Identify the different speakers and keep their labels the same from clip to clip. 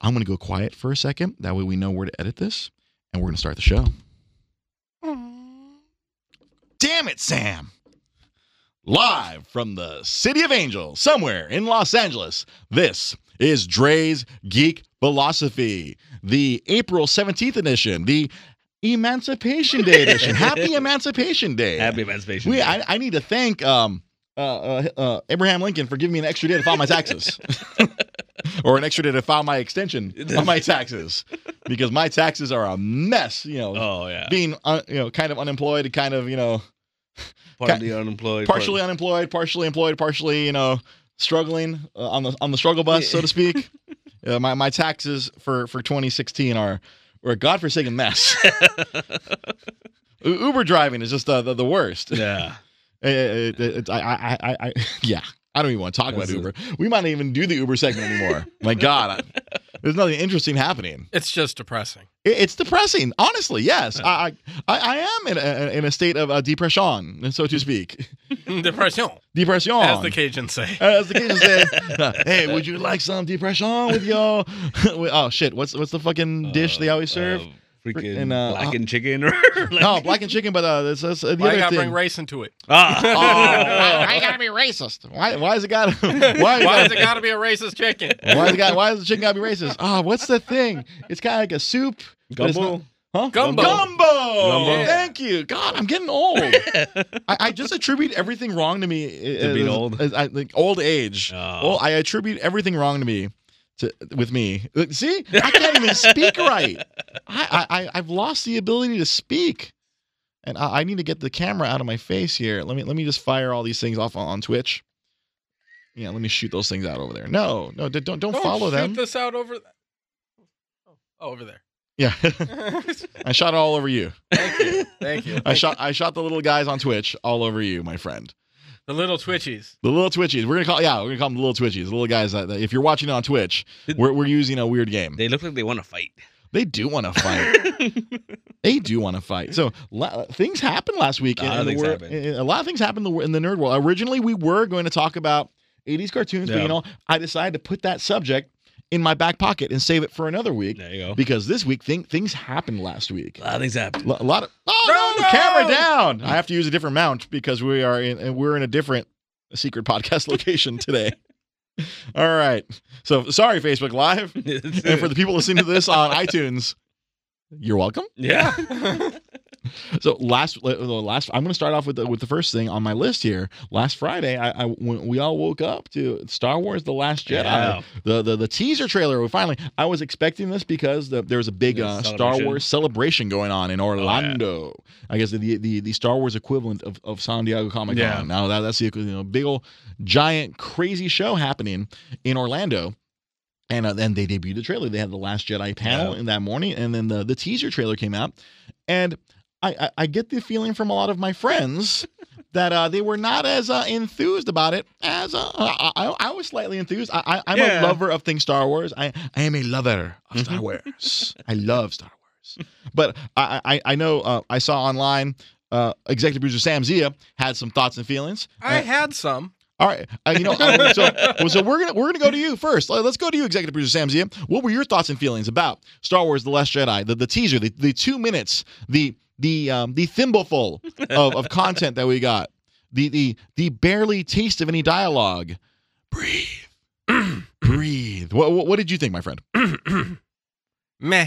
Speaker 1: I'm going to go quiet for a second. That way we know where to edit this, and we're going to start the show. Damn it, Sam! Live from the City of Angels, somewhere in Los Angeles, this is Dre's Geek Philosophy, the April 17th edition, the Emancipation Day edition. Happy Emancipation Day!
Speaker 2: Happy Emancipation.
Speaker 1: We,
Speaker 2: Day.
Speaker 1: I, I need to thank um, uh, uh, uh, Abraham Lincoln for giving me an extra day to file my taxes, or an extra day to file my extension on my taxes, because my taxes are a mess. You know,
Speaker 2: oh yeah.
Speaker 1: being uh, you know kind of unemployed, and kind of you know
Speaker 2: Partly unemployed.
Speaker 1: partially unemployed, partially employed, partially you know struggling uh, on the on the struggle bus, so to speak. Uh, my my taxes for for 2016 are were a godforsaken mess. U- Uber driving is just uh, the, the worst.
Speaker 2: partly- yeah.
Speaker 1: Uh, it- it- it's- I, I, I, I, yeah. I don't even want to talk about
Speaker 2: This is-
Speaker 1: Uber. We might not even do the Uber segment anymore. My God, I- there's nothing interesting happening.
Speaker 3: It's just depressing.
Speaker 1: It, it's depressing, honestly. Yes, I, I, I I am in a, in a state of uh, depression, so to speak.
Speaker 3: Depression,
Speaker 1: Depression,
Speaker 3: as the Cajuns say.
Speaker 1: As the kids say. hey, would you like some depression with y'all? oh shit, what's what's the fucking dish they always
Speaker 2: Uh,
Speaker 1: serve?
Speaker 2: uh, freaking
Speaker 1: And, uh,
Speaker 2: blackened chicken or like,
Speaker 1: no, black and chicken, but uh, this, this, the
Speaker 3: Why
Speaker 1: other
Speaker 3: you gotta
Speaker 1: thing.
Speaker 3: bring race into it?
Speaker 1: Oh,
Speaker 2: ah.
Speaker 1: why, why you gotta be racist? Why? Why is it got? Why?
Speaker 3: Why
Speaker 1: gotta-
Speaker 3: has it gotta be a racist chicken?
Speaker 1: Why is the guy? Why is the chicken gotta be racist? Ah, what's the thing? It's kind of like a soup. but it's
Speaker 2: Gumbo.
Speaker 1: not- huh?
Speaker 3: Gumbo.
Speaker 1: Gumbo.
Speaker 2: Gumbo.
Speaker 1: Thank you. God, I'm getting old. I, I just attribute everything wrong to me.
Speaker 2: To being old?
Speaker 1: as- I- like old age.
Speaker 2: Oh.
Speaker 1: Well, I attribute everything wrong to me. To, with me, Look, see, I can't even speak right. I, I, I, I've lost the ability to speak, and I, I need to get the camera out of my face here. Let me, let me just fire all these things off on, on Twitch. Yeah, let me shoot those things out over there. No, no, d- don't, don't,
Speaker 3: Don't
Speaker 1: follow
Speaker 3: shoot
Speaker 1: them.
Speaker 3: this out over. th- Oh, over there.
Speaker 1: Yeah,
Speaker 3: Thank
Speaker 1: I shot all over you.
Speaker 3: you. Thank you.
Speaker 1: I shot I shot the little guys on Twitch all over you, my friend.
Speaker 3: The little twitchies.
Speaker 1: The little twitchies. We're gonna call yeah, we're gonna call them the little twitchies. The little guys that, that- if you're watching on Twitch, we're we're using a weird game. They,
Speaker 2: They look like they want to fight.
Speaker 1: do want to fight. they do want to fight. So la- things happened last week.
Speaker 2: A lot of
Speaker 1: the
Speaker 2: things
Speaker 1: world-
Speaker 2: happened.
Speaker 1: in- in- a lot of things happened in the, in the nerd world. Originally, we were going to talk about 80s cartoons, but
Speaker 2: Yeah.
Speaker 1: you know, I decided to put that subject in my back pocket and save it for another week
Speaker 2: there you go.
Speaker 1: because this week thing, things happened last week.
Speaker 2: A lot of things happen.
Speaker 1: Lo- a lot of oh no,
Speaker 3: No, no!
Speaker 1: camera down. I have to use a different mount because we are in and we're in a different secret podcast location today. All right. So sorry, Facebook Live, and for the people listening to this on iTunes, you're welcome.
Speaker 2: yeah.
Speaker 1: So last the last I'm going to start off with the, with the first thing on my list here. Last Friday, I, I when we all woke up to Star Wars: The Last Jedi,
Speaker 2: Yeah.
Speaker 1: the, the the teaser trailer. We finally I was expecting this because the, there was a big
Speaker 2: Yeah,
Speaker 1: uh, Star
Speaker 2: celebration. Oh,
Speaker 1: Wars celebration going on in Orlando. I guess the, the the Star Wars equivalent of, of San Diego Comic Con.
Speaker 2: Yeah.
Speaker 1: Now that that's the you know big old giant crazy show happening in Orlando. And uh, then they debuted the trailer. They had the Last Jedi panel in that morning, and then the, the teaser trailer came out. And I, I, I get the feeling from a lot of my friends that uh, they were not as uh, enthused about it as uh, I, I, I was slightly enthused. I, I, I'm a
Speaker 2: Yeah.
Speaker 1: lover of things Star Wars. I, I am a lover of Star Wars. I love Star Wars. But I, I, I know uh, I saw online uh, executive producer Sam Zia had some thoughts and feelings.
Speaker 3: I
Speaker 1: Uh,
Speaker 3: had some.
Speaker 1: all right, uh, you know, uh, so, well, so we're gonna we're gonna go to you first. Uh, Let's go to you, Executive Producer Sam Zia. What were your thoughts and feelings about Star Wars: The Last Jedi, the, the teaser, the, the two minutes, the the um, the thimbleful of, of content that we got, the the the barely taste of any dialogue. Breathe, breathe. What, what, what did you think, my friend?
Speaker 3: Meh.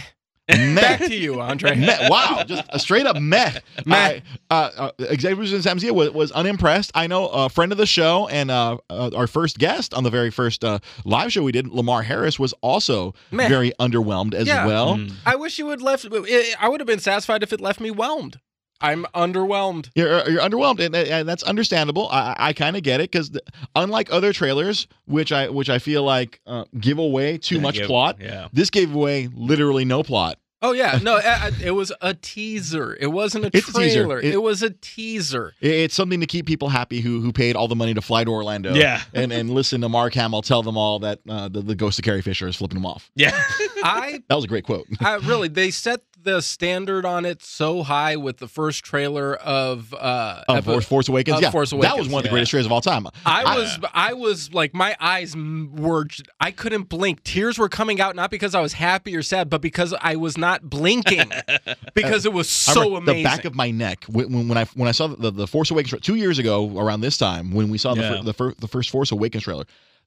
Speaker 3: Back
Speaker 1: Meh.
Speaker 3: to you, Andre.
Speaker 1: Meh. Wow, just a straight up meh.
Speaker 3: Meh.
Speaker 1: I, uh, uh, Executive Producer Sam Zia was, was unimpressed. I know a friend of the show and uh, uh, our first guest on the very first uh, live show we did, Lamar Harris, was also
Speaker 3: Meh.
Speaker 1: very underwhelmed as
Speaker 3: Yeah.
Speaker 1: well.
Speaker 2: Mm.
Speaker 3: I wish you would left. I would have been satisfied if it left me whelmed. I'm underwhelmed.
Speaker 1: You're, you're underwhelmed, and, and that's understandable. I, I kind of get it because unlike other trailers, which I which I feel like uh, give away too
Speaker 2: Yeah,
Speaker 1: much
Speaker 2: yeah,
Speaker 1: plot,
Speaker 2: Yeah.
Speaker 1: this gave away literally no plot.
Speaker 3: Oh yeah, no, I, I- it was a teaser. It wasn't a
Speaker 1: It's a teaser.
Speaker 3: trailer.
Speaker 1: It-
Speaker 3: it was a teaser.
Speaker 1: It- It's something to keep people happy who who paid all the money to fly to Orlando.
Speaker 2: Yeah.
Speaker 1: and and listen to Mark Hamill tell them all that uh, the, the ghost of Carrie Fisher is flipping them off.
Speaker 2: Yeah.
Speaker 3: I
Speaker 1: That was a great quote.
Speaker 3: I really they set the standard on it so high with the first trailer of uh
Speaker 1: Of
Speaker 3: epi-
Speaker 1: Force, Force Awakens.
Speaker 3: of
Speaker 1: yeah,
Speaker 3: Force
Speaker 1: that was
Speaker 3: Awakens,
Speaker 1: one of the
Speaker 3: yeah.
Speaker 1: greatest trailers of all time.
Speaker 3: I was I was like my eyes m- were j- I couldn't blink. Tears were coming out not because I was happy or sad, but because I was not blinking because it was
Speaker 1: I
Speaker 3: so
Speaker 1: remember The
Speaker 3: amazing.
Speaker 1: back of my neck when, when, when I when I saw the, the Force Awakens tra- two years ago around this time when we saw the,
Speaker 2: Yeah.
Speaker 1: fir- the, fir- the first Force Awakens trailer,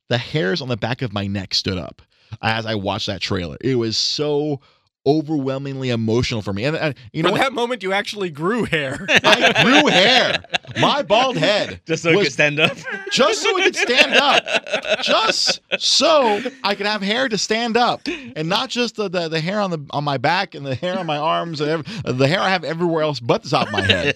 Speaker 1: the hairs on the back of my neck stood up as I watched that trailer. It was so overwhelmingly emotional for me, and, and you know
Speaker 3: For
Speaker 1: what?
Speaker 3: that moment, you actually grew hair.
Speaker 1: I grew hair, my bald head,
Speaker 2: Just so it
Speaker 1: was-
Speaker 2: could stand up.
Speaker 1: just so it could stand up, just so I could have hair to stand up, and not just the, the, the hair on the on my back and the hair on my arms and ev- the hair I have everywhere else but the top of my head.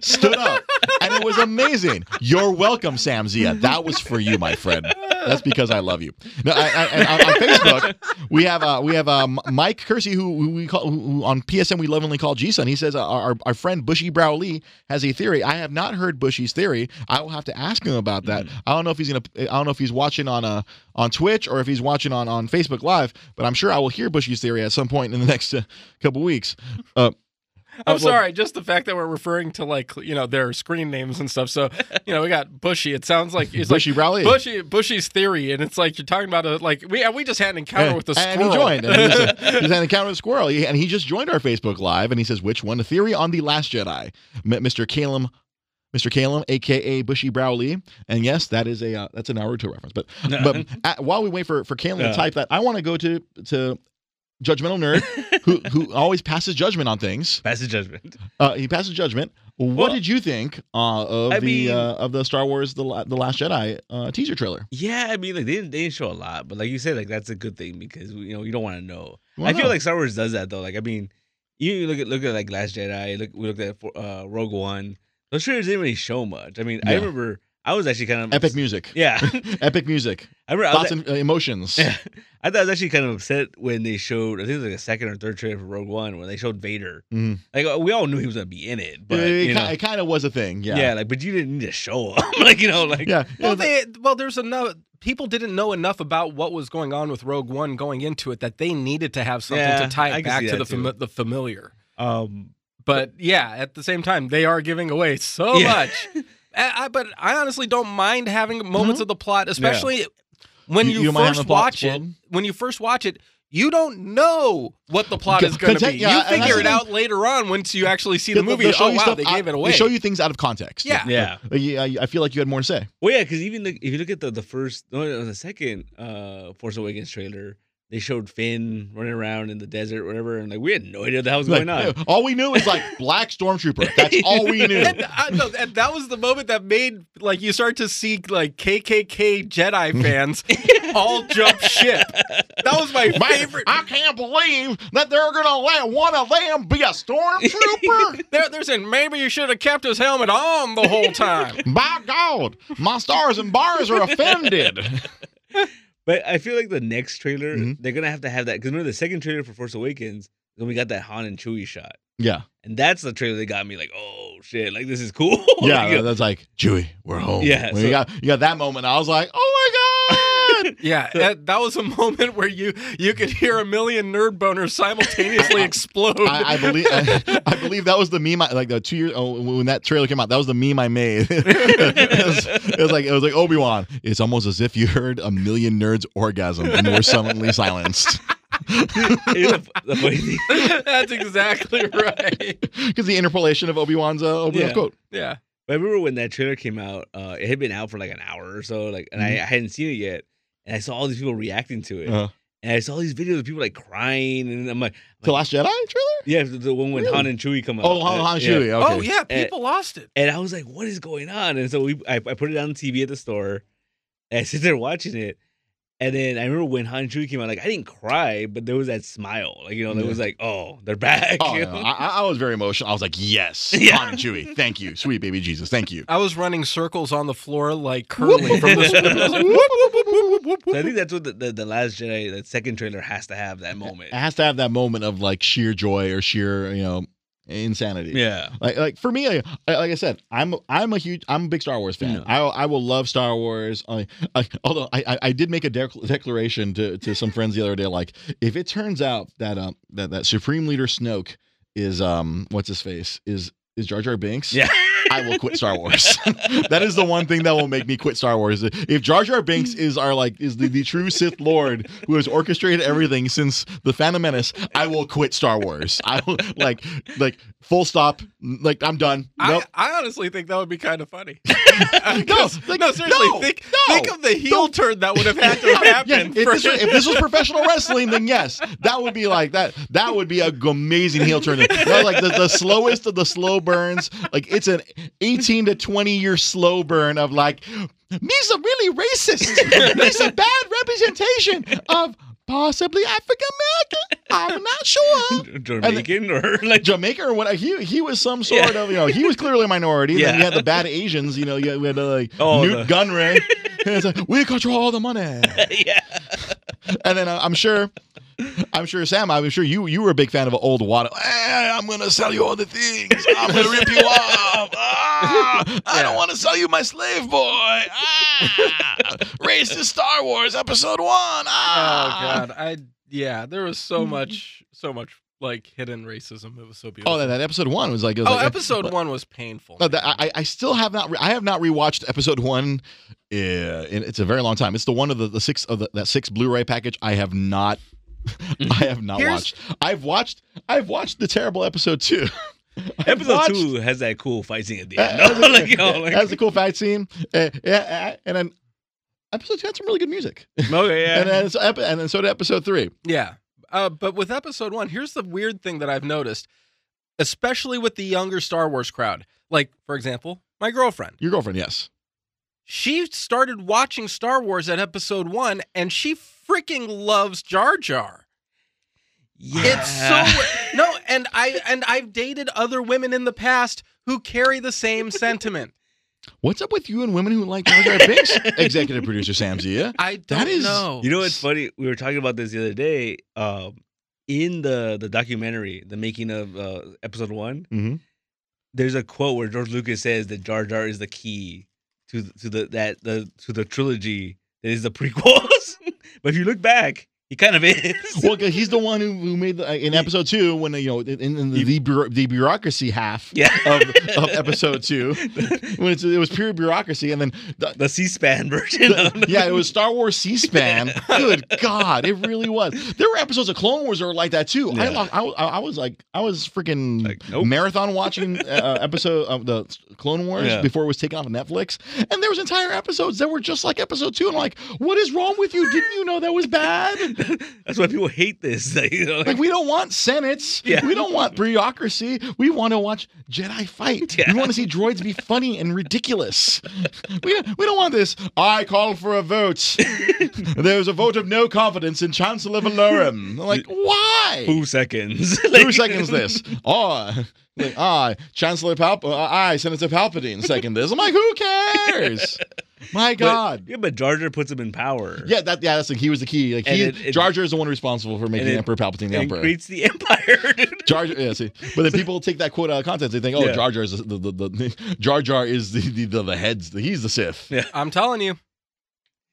Speaker 1: Stood up, and it was amazing. You're welcome, Sam Zia. That was for you, my friend. That's because I love you. No, I, I, and on, on Facebook, we have uh, we have uh, M- Mike Kersey, who, who we call who, who on PSN we lovingly call G Sun. He says uh, our our friend Bushy Brow Lee has a theory. I have not heard Bushy's theory. I will have to ask him about that. I don't know if he's gonna. I don't know if he's watching on uh, on Twitch or if he's watching on on Facebook Live. But I'm sure I will hear Bushy's theory at some point in the next uh, couple weeks. Uh,
Speaker 3: I'm
Speaker 1: well-
Speaker 3: sorry, just the fact that we're referring to like you know their screen names and stuff. So you know we got Bushy. It sounds like it's
Speaker 1: Bushy Brow Lee.
Speaker 3: like Bushy Bushy's theory, and it's like you're talking about a like we we just had an encounter
Speaker 1: and,
Speaker 3: with a
Speaker 1: and
Speaker 3: squirrel.
Speaker 1: he joined. And he's, uh, he's had an encounter with a squirrel, He- and he just joined our Facebook Live, and he says, "Which one? The theory on the Last Jedi, M- Mr. Calum." Mr. Calum, aka Bushy Browley, and yes, that is a uh, that's an Naruto reference. But but uh, while we wait for for Calum
Speaker 2: Yeah.
Speaker 1: to type that, I want to go to to judgmental nerd who who always passes judgment on things.
Speaker 2: Pass the judgment.
Speaker 1: Uh, he passes judgment. What
Speaker 2: Well,
Speaker 1: did you think uh, of
Speaker 2: I
Speaker 1: the
Speaker 2: mean-
Speaker 1: uh, of the Star Wars the La- the Last Jedi uh, teaser trailer?
Speaker 2: Yeah, I mean, like they didn't, they didn't show a lot, but like you said, like that's a good thing because you know you don't want to know.
Speaker 1: You
Speaker 2: I
Speaker 1: wanna
Speaker 2: feel
Speaker 1: know?
Speaker 2: like Star Wars does that though. Like I mean, you you look at look at like Last Jedi. Look, we looked at uh, Rogue One. Those trailers didn't really show much. I mean, I
Speaker 1: Yeah.
Speaker 2: remember I was actually kind of
Speaker 1: epic music,
Speaker 2: Yeah,
Speaker 1: epic music,
Speaker 2: I remember. I,
Speaker 1: thoughts
Speaker 2: was,
Speaker 1: and uh, emotions.
Speaker 2: I thought I was actually kind of upset when they showed. I think it was like a second or third trailer for Rogue One when they showed Vader.
Speaker 1: Mhm.
Speaker 2: Like uh, we all knew he was gonna be in it, but
Speaker 1: it,
Speaker 2: you know,
Speaker 1: kind of was a thing.
Speaker 2: yeah.
Speaker 1: Yeah. Yeah.
Speaker 2: like but you didn't need to show him. like you know, like
Speaker 1: Yeah.
Speaker 3: Well, they well, there's enough people didn't know enough about what was going on with Rogue One going into it that they needed to have something
Speaker 2: Yeah,
Speaker 3: to tie
Speaker 2: I
Speaker 3: it
Speaker 2: can
Speaker 3: back
Speaker 2: see
Speaker 3: to the
Speaker 2: that,
Speaker 3: fami- the familiar.
Speaker 2: um,
Speaker 3: But yeah, at the same time, they are giving away so
Speaker 2: Yeah.
Speaker 3: much. I, I, but I honestly don't mind having moments of the plot, especially when
Speaker 1: Mm-hmm. You-
Speaker 3: you,
Speaker 1: you don't mind having
Speaker 3: first
Speaker 1: the plot
Speaker 3: watch it.
Speaker 1: spoiled?
Speaker 3: When you first watch it, you don't know what the plot
Speaker 1: Con-
Speaker 3: is going to
Speaker 1: content-
Speaker 3: be.
Speaker 1: yeah,
Speaker 3: you
Speaker 1: and that's
Speaker 3: figure
Speaker 1: the
Speaker 3: it
Speaker 1: thing.
Speaker 3: out later on once you actually see the
Speaker 1: They'll-
Speaker 3: movie.
Speaker 1: they'll show
Speaker 3: Oh
Speaker 1: you
Speaker 3: wow,
Speaker 1: stuff
Speaker 3: they
Speaker 1: out-
Speaker 3: gave it
Speaker 1: they
Speaker 3: away.
Speaker 1: show you things out of context.
Speaker 3: Yeah.
Speaker 2: yeah.
Speaker 1: Uh, yeah, I I feel like you had more to say.
Speaker 2: Well, yeah, because even the, if you look at the the first, no, no, the second uh Force Awakens trailer, they showed Finn running around in the desert, whatever, and like we had no idea what the hell was
Speaker 1: Like,
Speaker 2: going on.
Speaker 1: yeah, all we knew is like black stormtrooper. That's all we knew.
Speaker 3: And, I, no, and that was the moment that made like you start to see like KKK Jedi fans all jump ship. That was my
Speaker 1: My-
Speaker 3: favorite.
Speaker 1: I can't believe that they're gonna let one of them be a stormtrooper.
Speaker 3: They're, they're saying maybe you should have kept his helmet on the whole time.
Speaker 1: By God, my stars and bars are offended.
Speaker 2: But I feel like the next trailer,
Speaker 1: Mhm.
Speaker 2: they're gonna have to have that because remember the second trailer for Force Awakens, when we got that Han and Chewie shot,
Speaker 1: Yeah,
Speaker 2: and that's the trailer that got me like, oh shit, like this is cool.
Speaker 1: yeah.
Speaker 2: Like,
Speaker 1: That's like Chewie, we're home.
Speaker 2: Yeah,
Speaker 1: When
Speaker 2: so-
Speaker 1: you got you got that moment. I was like, oh my God.
Speaker 3: Yeah, that, that was a moment where you you could hear a million nerd boners simultaneously explode.
Speaker 1: I, I believe I, I believe that was the meme I, like the two years oh, when that trailer came out that was the meme I made. it, was, it was like it was like Obi Wan. It's almost as if you heard a million nerds orgasm and were suddenly silenced
Speaker 2: you know, the funny thing-
Speaker 3: That's exactly right.
Speaker 1: because the interpolation of Obi Wan's uh, Obi Wan's
Speaker 2: Yeah.
Speaker 1: quote.
Speaker 3: Yeah.
Speaker 2: But I remember when that trailer came out, uh, it had been out for like an hour or so, like, and I,
Speaker 1: Mm-hmm.
Speaker 2: I hadn't seen it yet, and I saw all these people reacting to it.
Speaker 1: Uh-huh.
Speaker 2: And I saw these videos of people like crying, and I'm like,
Speaker 1: The Last Jedi trailer.
Speaker 2: Yeah, the, the one when
Speaker 1: Really?
Speaker 2: Han and Chewie come out.
Speaker 1: Oh, Han,
Speaker 2: Uh,
Speaker 1: Han
Speaker 2: yeah.
Speaker 1: Chewie. Okay.
Speaker 3: Oh yeah, people lost it.
Speaker 2: And I was like, "What is going on?" And so we, I, I put it on TV at the store, and I sit there watching it. And then I remember when Han and Chewie came out, like I didn't cry, but there was that smile, like you know, that
Speaker 1: Yeah.
Speaker 2: was like, "Oh, they're back."
Speaker 1: Oh,
Speaker 2: you
Speaker 1: no.
Speaker 2: know?
Speaker 1: I, I- I was very emotional. I was like, yes,
Speaker 2: Yeah.
Speaker 1: Han and Chewie. Thank you, sweet baby Jesus. Thank you.
Speaker 3: I was running circles on the floor like curling from the
Speaker 2: So I think that's what the, the, the Last Jedi, that second trailer, has to have that
Speaker 1: It
Speaker 2: moment.
Speaker 1: has to have that moment of like sheer joy or sheer, you know, insanity.
Speaker 2: Yeah.
Speaker 1: Like, like for me, I, I- like I said, I'm I'm a huge, I'm a big Star Wars fan.
Speaker 2: No.
Speaker 1: I I will love Star Wars. I, I, although I, I I did make a dec- declaration to, to some friends the other day, like if it turns out that um that, that Supreme Leader Snoke is um what's his face is is Jar Jar Binks,
Speaker 2: Yeah.
Speaker 1: I will quit Star Wars. that is the one thing that will make me quit Star Wars. If Jar Jar Binks is our like is the, the true Sith Lord who has orchestrated everything since the Phantom Menace, I will quit Star Wars. I will like like full stop. Like I'm done. Nope.
Speaker 3: I, I honestly think that would be kind of funny.
Speaker 1: No,
Speaker 3: no,
Speaker 1: like,
Speaker 3: no, seriously,
Speaker 1: no,
Speaker 3: think,
Speaker 1: no.
Speaker 3: think of the heel turn that would have had to have happened.
Speaker 1: if,
Speaker 3: for-
Speaker 1: this was, if this was professional wrestling, then yes, that would be like that. That would be a g- amazing heel turn. That- like the, the slowest of the slow burns. Like it's an eighteen to twenty year slow burn of like me's a really racist. Me's a bad representation of possibly African American. I'm not sure.
Speaker 2: Jamaican or like
Speaker 1: Jamaica or what? He he was some sort of you know he was clearly a minority. Then you
Speaker 2: Yeah.
Speaker 1: had the bad Asians. You know you had, we had uh, like
Speaker 2: Oh,
Speaker 1: Newt
Speaker 2: the-
Speaker 1: Gunray. And it's like, we control all the money
Speaker 2: yeah.
Speaker 1: and then uh, I'm sure, I'm sure Sam, I'm sure you you were a big fan of old Watto. "Eh, I'm gonna sell you all the things. I'm gonna rip you off. Ah, I don't
Speaker 3: Yeah.
Speaker 1: want to sell you my slave boy. Ah, racist Star Wars Episode One.
Speaker 3: oh
Speaker 1: Ah. Mm-hmm.
Speaker 3: god, I yeah, there was so much, so much like hidden racism. It was so beautiful.
Speaker 1: Oh, that, that episode one was like, it was
Speaker 3: Oh,
Speaker 1: like
Speaker 3: episode one was painful.
Speaker 1: No,
Speaker 3: man.
Speaker 1: that, I, I still have not. Re- I have not rewatched episode one. Yeah, in it's a very long time. It's the one of the, the six of the, that six Blu-ray package. I have not. I have not
Speaker 3: Here's-
Speaker 1: watched. I've watched. I've watched the terrible episode two. I've
Speaker 2: Episode
Speaker 1: watched-
Speaker 2: two has that cool fight scene at the
Speaker 1: uh,
Speaker 2: end. No, like, yo, like,
Speaker 1: that's a cool fight scene. Uh, yeah, uh, and then episode two had some really good music.
Speaker 2: okay, yeah.
Speaker 1: And then it's epi- and then so did episode three.
Speaker 3: Yeah. Uh, but with episode one, here's the weird thing that I've noticed, especially with the younger Star Wars crowd. Like, for example, my girlfriend.
Speaker 1: Your girlfriend, yes.
Speaker 3: She started watching Star Wars at episode one and she freaking loves Jar Jar. It's so no, and I and I've dated other women in the past who carry the same sentiment.
Speaker 1: What's up with you and women who like Jar Jar Binks? Executive producer Sam Zia.
Speaker 3: I don't
Speaker 1: That is-
Speaker 3: know.
Speaker 2: You know what's funny? We were talking about this the other day. Um, in the the documentary, the making of uh, episode one,
Speaker 1: Mhm.
Speaker 2: there's a quote where George Lucas says that Jar Jar is the key to to the that the to the trilogy that is the prequels. but if you look back, he kind of is.
Speaker 1: well, 'cause he's the one who, who made the, uh, in episode two when you know in, in the, the, bureau- the bureaucracy half
Speaker 2: yeah.
Speaker 1: of, of episode two
Speaker 2: the,
Speaker 1: when it's, it was pure bureaucracy and then the,
Speaker 2: the C-SPAN version.
Speaker 1: the-
Speaker 2: of
Speaker 1: yeah it was Star Wars C-SPAN. Good God, it really was. There were episodes of Clone Wars that were like that too. I,
Speaker 2: Yeah.
Speaker 1: lost, I was- I I was like I was freaking
Speaker 2: Like, nope.
Speaker 1: marathon watching uh, episode of the Clone Wars
Speaker 2: Yeah.
Speaker 1: before it was taken off of Netflix and there was entire episodes that were just like episode two and I'm like what is wrong with you? Didn't you know that was bad?
Speaker 2: That's why people hate this. Like, you know, like,
Speaker 1: Like we don't want senates.
Speaker 2: Yeah.
Speaker 1: We don't want bureaucracy. We want to watch Jedi fight.
Speaker 2: Yeah.
Speaker 1: We want to see droids be funny and ridiculous. We we don't want this. I call for a vote. There's a vote of no confidence in Chancellor Valorum. I'm like why?
Speaker 2: who seconds?
Speaker 1: Who seconds this? Oh, like, I Chancellor Palp. uh, I Senator Palpatine second this. I'm like who cares? My
Speaker 2: But-
Speaker 1: God.
Speaker 2: yeah, but Jar Jar puts him in power.
Speaker 1: yeah, that yeah, that's the, he was the key. Like
Speaker 2: And
Speaker 1: he,
Speaker 2: it- it-
Speaker 1: Jar Jar is the one responsible for making
Speaker 2: it-
Speaker 1: Emperor Palpatine the
Speaker 2: and
Speaker 1: emperor.
Speaker 2: creates the empire. dude.
Speaker 1: Jar Jar, yeah, see, but then people take that quote out of context. They think, "Oh,
Speaker 2: Yeah.
Speaker 1: Jar Jar is the, the, the, the Jar Jar is the the, the, the heads. The, he's the Sith."
Speaker 3: I'm telling you.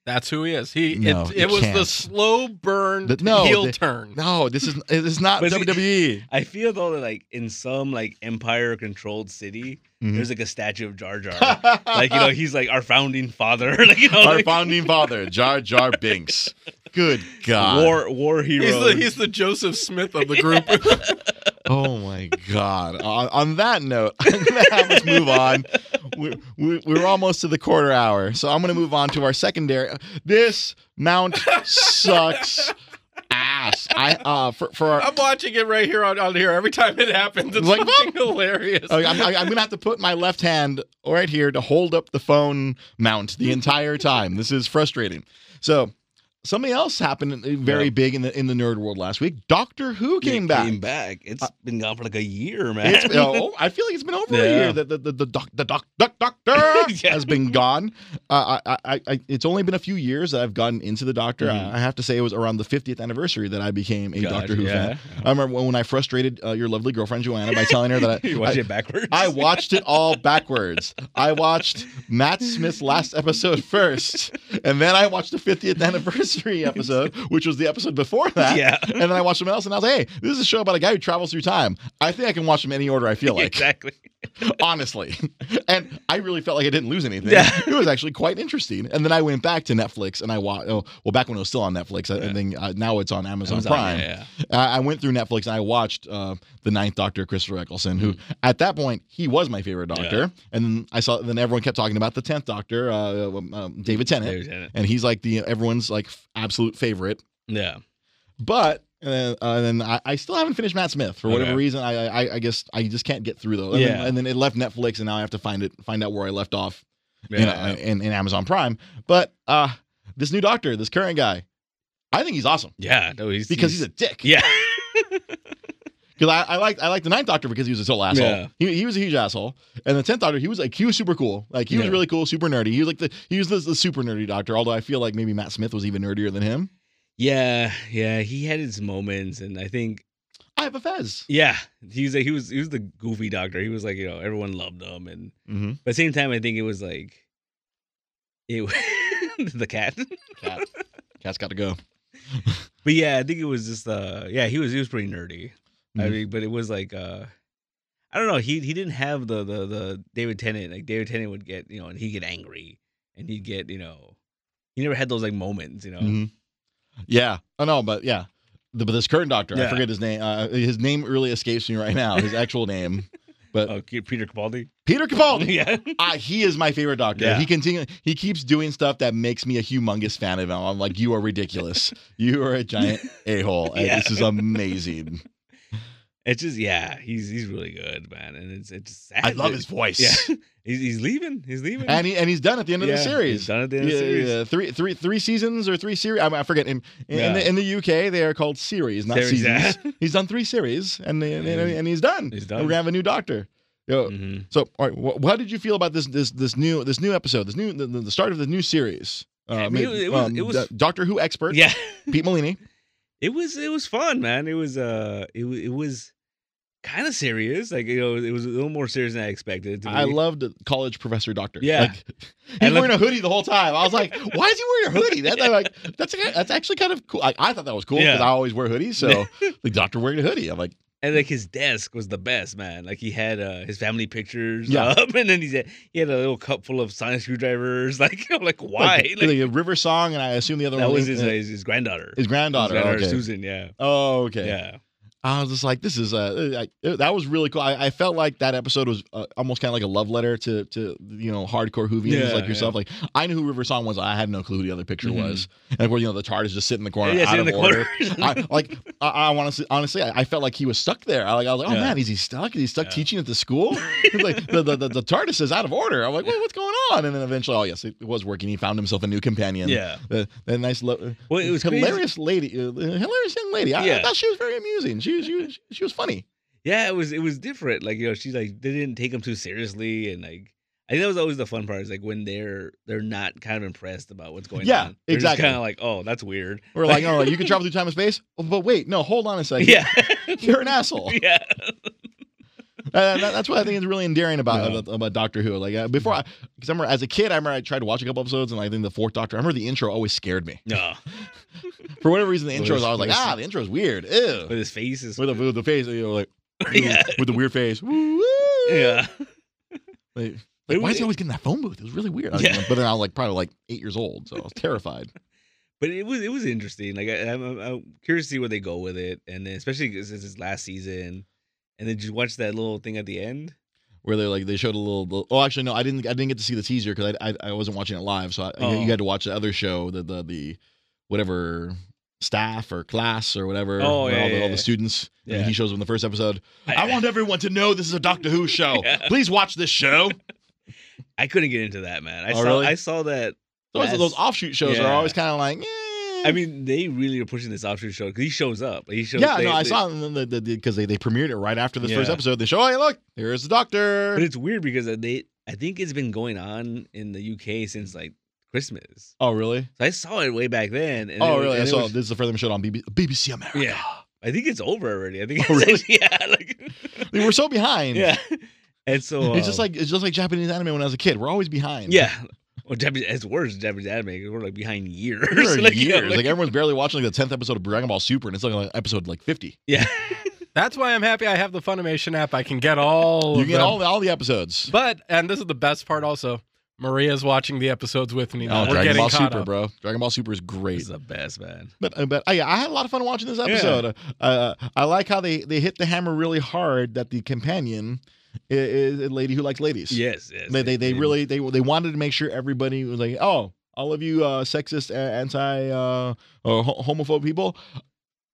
Speaker 3: That's who he is. He
Speaker 1: No,
Speaker 3: it,
Speaker 1: you
Speaker 3: it was the
Speaker 1: can't.
Speaker 3: slow burn
Speaker 1: The- no,
Speaker 3: heel
Speaker 1: the-
Speaker 3: turn.
Speaker 1: No, this is this is not E.
Speaker 2: But see-
Speaker 1: WWE.
Speaker 2: I feel though that like in some like empire controlled city,
Speaker 1: Mhm.
Speaker 2: there's like a statue of Jar Jar. like you know, he's like our founding father. like you know,
Speaker 1: our
Speaker 2: oh, like,
Speaker 1: founding father, Jar Jar Binks. Good God!
Speaker 2: war war hero.
Speaker 3: He's the he's the Joseph Smith of the group.
Speaker 1: Oh my God! on, on that note, I'm gonna have us move on. We're, we're, we're almost to the quarter hour, so I'm gonna move on to our secondary. This mount sucks ass. I uh for for our
Speaker 3: I'm watching it right here on, on here every time it happens. It's
Speaker 1: Like,
Speaker 3: fucking hilarious.
Speaker 1: Okay, Oh, I'm, I'm gonna have to put my left hand right here to hold up the phone mount the entire time. This is frustrating. So Something else happened uh, very
Speaker 2: Yeah.
Speaker 1: big in the in the nerd world last week. Doctor Who came back.
Speaker 2: Came back. It's been gone for like a year, man.
Speaker 1: It's, oh, I feel like it's been over a
Speaker 2: Yeah.
Speaker 1: year that the the the doc, the doc, doc doctor
Speaker 2: Yeah.
Speaker 1: has been gone. Uh, I, I I it's only been a few years that I've gotten into the Doctor.
Speaker 2: Mhm.
Speaker 1: I, I have to say it was around the 50th anniversary that I became a
Speaker 2: Gosh,
Speaker 1: Doctor Who fan.
Speaker 2: yeah.
Speaker 1: I remember when, when I frustrated uh, your lovely girlfriend Joanna by telling her that I.
Speaker 2: you watch
Speaker 1: I
Speaker 2: it backwards.
Speaker 1: I watched it all backwards. I watched Matt Smith's last episode first, and then I watched the 50th anniversary episode, which was the episode before that
Speaker 2: Yeah.
Speaker 1: and then I watched something else, and I was like, "Hey, this is a show about a guy who travels through time. I think I can watch them any order I feel like,
Speaker 2: exactly.
Speaker 1: honestly." And I really felt like I didn't lose anything.
Speaker 2: Yeah.
Speaker 1: It was actually quite interesting. And then I went back to Netflix, and I watched. Oh, well, back when it was still on Netflix, I,
Speaker 2: Yeah.
Speaker 1: and then uh, now it's on Amazon,
Speaker 2: Amazon,
Speaker 1: Prime.
Speaker 2: yeah,
Speaker 1: I, I went through Netflix and I watched uh, the Ninth Doctor, Christopher Eccleston, who
Speaker 2: Mm-hmm.
Speaker 1: at that point he was my favorite Doctor, and I saw. Then everyone kept talking about the Tenth Doctor, uh, um, um, David
Speaker 2: yeah.
Speaker 1: Tennant,
Speaker 2: There's it.
Speaker 1: and he's like the everyone's like f- absolute favorite.
Speaker 2: Yeah.
Speaker 1: But and then, uh, and then I, I still haven't finished Matt Smith for whatever
Speaker 2: Okay.
Speaker 1: reason. I, I I guess I just can't get through those. And,
Speaker 2: Yeah.
Speaker 1: then, and then it left Netflix, and now I have to find it find out where I left off
Speaker 2: Yeah.
Speaker 1: you know, in, in Amazon Prime. But uh, this new doctor, this current guy, I think he's awesome
Speaker 2: yeah. No, he's
Speaker 1: because he's a dick.
Speaker 2: yeah.
Speaker 1: Because I, I liked I liked the ninth doctor because he was a total asshole.
Speaker 2: Yeah.
Speaker 1: He, he was a huge asshole. And the tenth doctor, he was like he was super cool. Like he was
Speaker 2: Yeah.
Speaker 1: really cool, super nerdy. He was like the he was the, the super nerdy doctor. Although I feel like maybe Matt Smith was even nerdier than him.
Speaker 2: Yeah. Yeah. He had his moments, and I think
Speaker 1: I have a fez.
Speaker 2: yeah, he's like he was he was the goofy doctor. He was like you know everyone loved him, and
Speaker 1: Mm-hmm.
Speaker 2: but at the same time I think it was like it was- the cat.
Speaker 1: Cat. Cat's got to go.
Speaker 2: But yeah, I think it was just uh yeah he was he was pretty nerdy. I
Speaker 1: Mhm.
Speaker 2: mean, but it was like uh I don't know. He he didn't have the the the David Tennant. Like David Tennant would get you know, and he'd get angry, and he'd get you know, he never had those like moments. You know,
Speaker 1: Mhm. Yeah. I know, but yeah. The, but this current doctor, I
Speaker 2: Yeah.
Speaker 1: forget his name. Uh, his name really escapes me right now, his actual name. But
Speaker 2: oh, Ke- Peter Capaldi.
Speaker 1: Peter Capaldi.
Speaker 2: yeah,
Speaker 1: Ah, he is my favorite doctor.
Speaker 2: Yeah.
Speaker 1: He continue, he keeps doing stuff that makes me a humongous fan of him. I'm like, you are ridiculous. you are a giant a hole.
Speaker 2: Yeah.
Speaker 1: This is amazing.
Speaker 2: it's just yeah, he's he's really good, man, and it's it's sad.
Speaker 1: I love
Speaker 2: that-
Speaker 1: his voice.
Speaker 2: Yeah, he's he's leaving. He's leaving.
Speaker 1: And he and he's done at the end of
Speaker 2: Yeah,
Speaker 1: the
Speaker 2: he's
Speaker 1: series.
Speaker 2: done at the end of the
Speaker 1: Yeah,
Speaker 2: series.
Speaker 1: yeah, three, three, three seasons or three series. I, mean, I forget. In in,
Speaker 2: Yeah.
Speaker 1: the, in the UK, they are called series, not
Speaker 2: Series, yeah.
Speaker 1: seasons. He's done three series, and and, and,
Speaker 2: Yeah.
Speaker 1: and he's done.
Speaker 2: He's
Speaker 1: And we're
Speaker 2: done.
Speaker 1: gonna have a new doctor. Yo,
Speaker 2: Mhm.
Speaker 1: So, all right, wh- what did you feel about this this this new this new episode? This new the, the the start of the new series. Uh,
Speaker 2: I mean, it was- it was- it was-
Speaker 1: Do- Doctor Who expert
Speaker 2: Yeah,
Speaker 1: Pete Molini.
Speaker 2: it was it was fun, man. It was uh, it wa- it was kind of serious. Like you know, it was a little more serious than I expected. it to
Speaker 1: I
Speaker 2: be.
Speaker 1: loved college professor doctor.
Speaker 2: Yeah.
Speaker 1: like,
Speaker 2: I
Speaker 1: he's
Speaker 2: love-
Speaker 1: wearing a hoodie the whole time. I was like, why is he wearing a hoodie? That, like, that's that's actually kind of cool. I, I thought that was cool because
Speaker 2: Yeah.
Speaker 1: I always wear hoodies. So the doctor wearing a hoodie, I'm like.
Speaker 2: And like his desk was the best, man. Like he had uh, his family pictures
Speaker 1: Yeah.
Speaker 2: up, and then he had he had a little cup full of sonic screwdrivers. Like I'm like why?
Speaker 1: Like,
Speaker 2: Like,
Speaker 1: like a river song, and I assume the other
Speaker 2: that
Speaker 1: one
Speaker 2: was his,
Speaker 1: uh,
Speaker 2: uh, his his granddaughter.
Speaker 1: his granddaughter. okay.
Speaker 2: Susan. Yeah.
Speaker 1: Oh, okay.
Speaker 2: Yeah.
Speaker 1: I was just like, this is uh, I, that was really cool. I, I felt like that episode was uh, almost kind of like a love letter to to you know hardcore Hoovians
Speaker 2: Yeah,
Speaker 1: like yourself. Like I knew who River Song was. I had no clue who the other picture
Speaker 2: Mhm.
Speaker 1: was. And where you know the TARDIS just sitting in the corner,
Speaker 2: Yeah,
Speaker 1: out
Speaker 2: sitting
Speaker 1: of
Speaker 2: in the
Speaker 1: order.
Speaker 2: corner.
Speaker 1: I, like I, I honestly, honestly, I, I felt like he was stuck there. I, like I was like, oh
Speaker 2: Yeah.
Speaker 1: man, is he stuck? Is he stuck
Speaker 2: Yeah.
Speaker 1: teaching at the school? It's like the, the, the the TARDIS is out of order. I'm like, well, what's going on? And then eventually, oh yes, it was working. He found himself a new companion.
Speaker 2: yeah.
Speaker 1: Uh, a nice, lo-
Speaker 2: Well, it was crazy.
Speaker 1: hilarious lady, uh, hilarious young lady. I, I
Speaker 2: Yeah.
Speaker 1: thought she was very amusing. She was, she was, she was funny.
Speaker 2: Yeah. It was it was different. Like you know, she like they didn't take him too seriously, and like I think that was always the fun part is like when they're they're not kind of impressed about what's going
Speaker 1: Yeah,
Speaker 2: on. They're just
Speaker 1: exactly.
Speaker 2: Kind of like oh that's weird.
Speaker 1: We're like, all right, you can travel through time and space, but wait, no, hold on a second.
Speaker 2: yeah.
Speaker 1: You're an asshole.
Speaker 2: yeah.
Speaker 1: Uh, that- that's what I think is really endearing about
Speaker 2: Yeah.
Speaker 1: about, about Doctor Who. Like uh, before, I, because I remember as a kid, I remember I tried to watch a couple episodes, and I think the fourth Doctor, I remember the intro always scared me
Speaker 2: No.
Speaker 1: for whatever reason. The
Speaker 2: Well,
Speaker 1: intro was
Speaker 2: there's-
Speaker 1: always like,
Speaker 2: there's-
Speaker 1: ah, the intro's weird. Ew.
Speaker 2: With his face is.
Speaker 1: With the, with the face, you know, like
Speaker 2: yeah.
Speaker 1: with the weird face. Woo, woo.
Speaker 2: Yeah.
Speaker 1: Like,
Speaker 2: It
Speaker 1: why is
Speaker 2: was-
Speaker 1: he always getting that phone booth? It was really weird. Like,
Speaker 2: Yeah.
Speaker 1: But then I was like probably like eight years old, so I was terrified.
Speaker 2: but it was it was interesting. Like I, I'm, I'm- I'm curious to see where they go with it, and then especially because it's his last season, and then just watch that little thing at the end.
Speaker 1: where they like they showed a little, little- Oh, actually, no, I didn't. I didn't get to see the teaser because I, I I wasn't watching it live. So I,
Speaker 2: Oh.
Speaker 1: you had to watch the other show, the the the whatever staff or class or whatever.
Speaker 2: Oh,
Speaker 1: where
Speaker 2: yeah,
Speaker 1: all, the,
Speaker 2: yeah,
Speaker 1: all the
Speaker 2: yeah.
Speaker 1: students. Yeah.
Speaker 2: Yeah.
Speaker 1: he shows up in the first episode. I want everyone to know this is a Doctor Who show.
Speaker 2: Yeah.
Speaker 1: Please watch this show.
Speaker 2: I couldn't get into that, man. I
Speaker 1: Oh,
Speaker 2: saw
Speaker 1: really?
Speaker 2: I saw that.
Speaker 1: Those,
Speaker 2: Yes.
Speaker 1: those offshoot shows are
Speaker 2: Yeah.
Speaker 1: always kind of like. eh,
Speaker 2: I mean, they really are pushing this offshoot show because he shows up. He shows.
Speaker 1: yeah,
Speaker 2: they-
Speaker 1: no, I
Speaker 2: they-
Speaker 1: saw because the, the, because they, they premiered it right after this first
Speaker 2: Yeah.
Speaker 1: episode. They show, hey, look, here's the doctor.
Speaker 2: But it's weird because uh, they, I think it's been going on in the UK since like Christmas.
Speaker 1: oh, really?
Speaker 2: So I saw it way back then. And it
Speaker 1: oh,
Speaker 2: was-
Speaker 1: really? I
Speaker 2: and it
Speaker 1: saw
Speaker 2: was-
Speaker 1: this is the first time showed on BB, BBC America.
Speaker 2: Yeah. I think it's over already. I think.
Speaker 1: Oh,
Speaker 2: it's
Speaker 1: really?
Speaker 2: actually- yeah. Like,
Speaker 1: They were so behind.
Speaker 2: yeah. And so
Speaker 1: It's just
Speaker 2: um,
Speaker 1: like it's just like Japanese anime when I was a kid. We're always behind.
Speaker 2: yeah. Well, Japanese, it's worse. than Japanese anime. 'cause We're like behind years.
Speaker 1: There are
Speaker 2: Like, yeah,
Speaker 1: years. like, everyone's barely watching like the tenth episode of Dragon Ball Super, and it's like, like episode like fifty.
Speaker 2: yeah.
Speaker 3: That's why I'm happy I have the Funimation app. I can get all
Speaker 1: you
Speaker 3: of
Speaker 1: get
Speaker 3: them.
Speaker 1: all the, all the episodes.
Speaker 3: But and this is the best part also. Maria's watching the episodes with me.
Speaker 1: oh,
Speaker 3: Now. We're
Speaker 1: Dragon
Speaker 3: getting
Speaker 1: Ball
Speaker 3: caught
Speaker 1: Super,
Speaker 3: up.
Speaker 1: bro! Dragon Ball Super is great.
Speaker 2: It's the best, man.
Speaker 1: But uh, but uh, yeah, I had a lot of fun watching this episode. Uh, I like how they they hit the hammer really hard that the companion i- is a lady who likes ladies.
Speaker 2: Yes. yes
Speaker 1: they they, they really they they wanted to make sure everybody was like, oh, all of you uh, sexist, uh, anti, uh, or ho- homophobe people,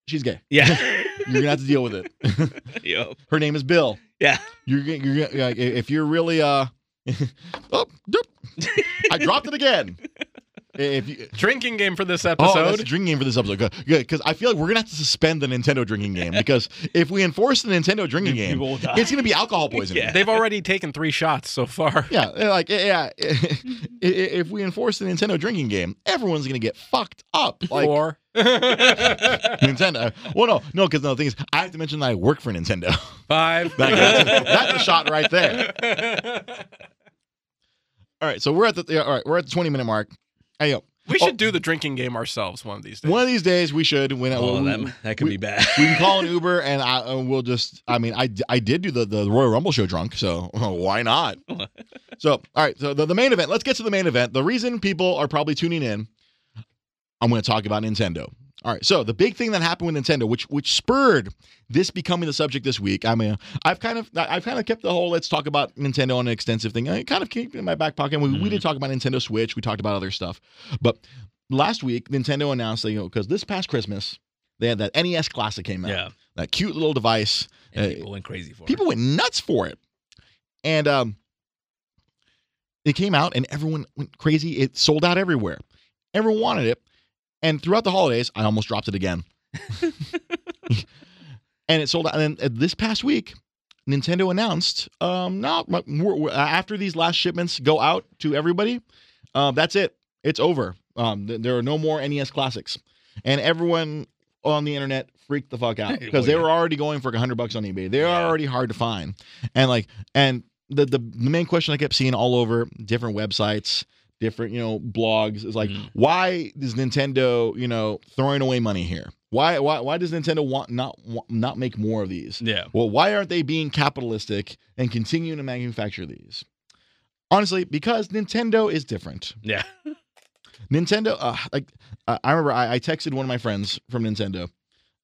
Speaker 1: she's gay.
Speaker 2: Yeah.
Speaker 1: You're gonna have to deal with it.
Speaker 2: Yup.
Speaker 1: Her name is Bill.
Speaker 2: Yeah.
Speaker 1: You're g- you're g- like, if you're really uh, oh, derp. I dropped it again. If you,
Speaker 3: Drinking game for this
Speaker 1: Oh, that's
Speaker 3: episode.
Speaker 1: a drinking game for this episode. Good, good, because I feel like we're gonna have to suspend the Nintendo drinking game because if we enforce the Nintendo drinking game,
Speaker 2: People will die.
Speaker 1: it's gonna be alcohol poisoning.
Speaker 2: Yeah.
Speaker 3: They've already taken three shots so far.
Speaker 1: Yeah, eh, like yeah, i- i- if we enforce the Nintendo drinking game, everyone's gonna get fucked up. Like
Speaker 3: Four.
Speaker 1: Nintendo. Well, no, no, because no, the thing is, I have to mention that I work for Nintendo.
Speaker 3: Five.
Speaker 1: That- that's, that's a shot right there. All right, so we're at the yeah, all right, we're at the twenty minute mark. Hey yo,
Speaker 3: we should do the drinking game ourselves one of these days.
Speaker 1: one of these days we should when
Speaker 2: Oh,
Speaker 1: we,
Speaker 2: that, that could
Speaker 1: we-
Speaker 2: be bad.
Speaker 1: we can call an Uber and I uh, we'll just I mean I, d- I did do the, the Royal Rumble show drunk so why not so all right so the, the main event let's get to the main event the reason people are probably tuning in I'm going to talk about Nintendo all right so the big thing that happened with Nintendo which which spurred this becoming the subject this week I mean I've kind of I- I've kind of kept the whole let's talk about Nintendo on an extensive thing I kind of keep it in my back pocket we, we did talk about Nintendo Switch we talked about other stuff but last week Nintendo announced that you know because this past Christmas they had that NES Classic came out
Speaker 2: yeah.
Speaker 1: that cute little device.
Speaker 2: And
Speaker 1: Uh,
Speaker 2: people went crazy for
Speaker 1: People
Speaker 2: it.
Speaker 1: went nuts for it. And um, it came out and everyone went crazy. It sold out everywhere. Everyone wanted it. And throughout the holidays, I almost dropped it again. and it sold out. And then uh, this past week, Nintendo announced um, no, m- we're, we're- after these last shipments go out to everybody, uh, that's it. It's over. Um, th- there are no more NES classics. And everyone on the internet freaked the fuck out because
Speaker 2: Well,
Speaker 1: they
Speaker 2: yeah.
Speaker 1: were already going for 100 bucks on eBay. They are
Speaker 2: Yeah.
Speaker 1: already hard to find. And like, and the, the, the main question I kept seeing all over different websites, different, you know, blogs is like,
Speaker 2: Mhm.
Speaker 1: why is Nintendo, you know, throwing away money here? Why, why, why does Nintendo want not, want, not make more of these?
Speaker 2: Yeah.
Speaker 1: Well, why aren't they being capitalistic and continuing to manufacture these? Honestly, because Nintendo is different.
Speaker 2: Yeah.
Speaker 1: Nintendo, uh, like uh, I remember, I, I texted one of my friends from Nintendo.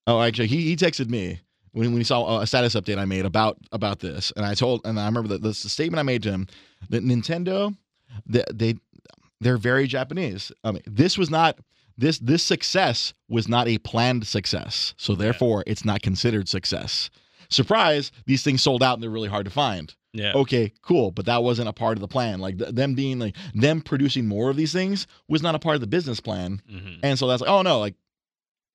Speaker 1: Oh, actually, he, he texted me when, when he saw a status update I made about about this, and I told, and I remember the, the, statement I made to him that Nintendo, they, they they're very Japanese. I mean, this was not this this success was not a planned success, so therefore it's not considered success. Surprise! These things sold out and they're really hard to find
Speaker 2: Yeah.
Speaker 1: okay, cool, but that wasn't a part of the plan. Like th- them being like them producing more of these things was not a part of the business plan.
Speaker 2: Mhm.
Speaker 1: And so that's like, oh no, like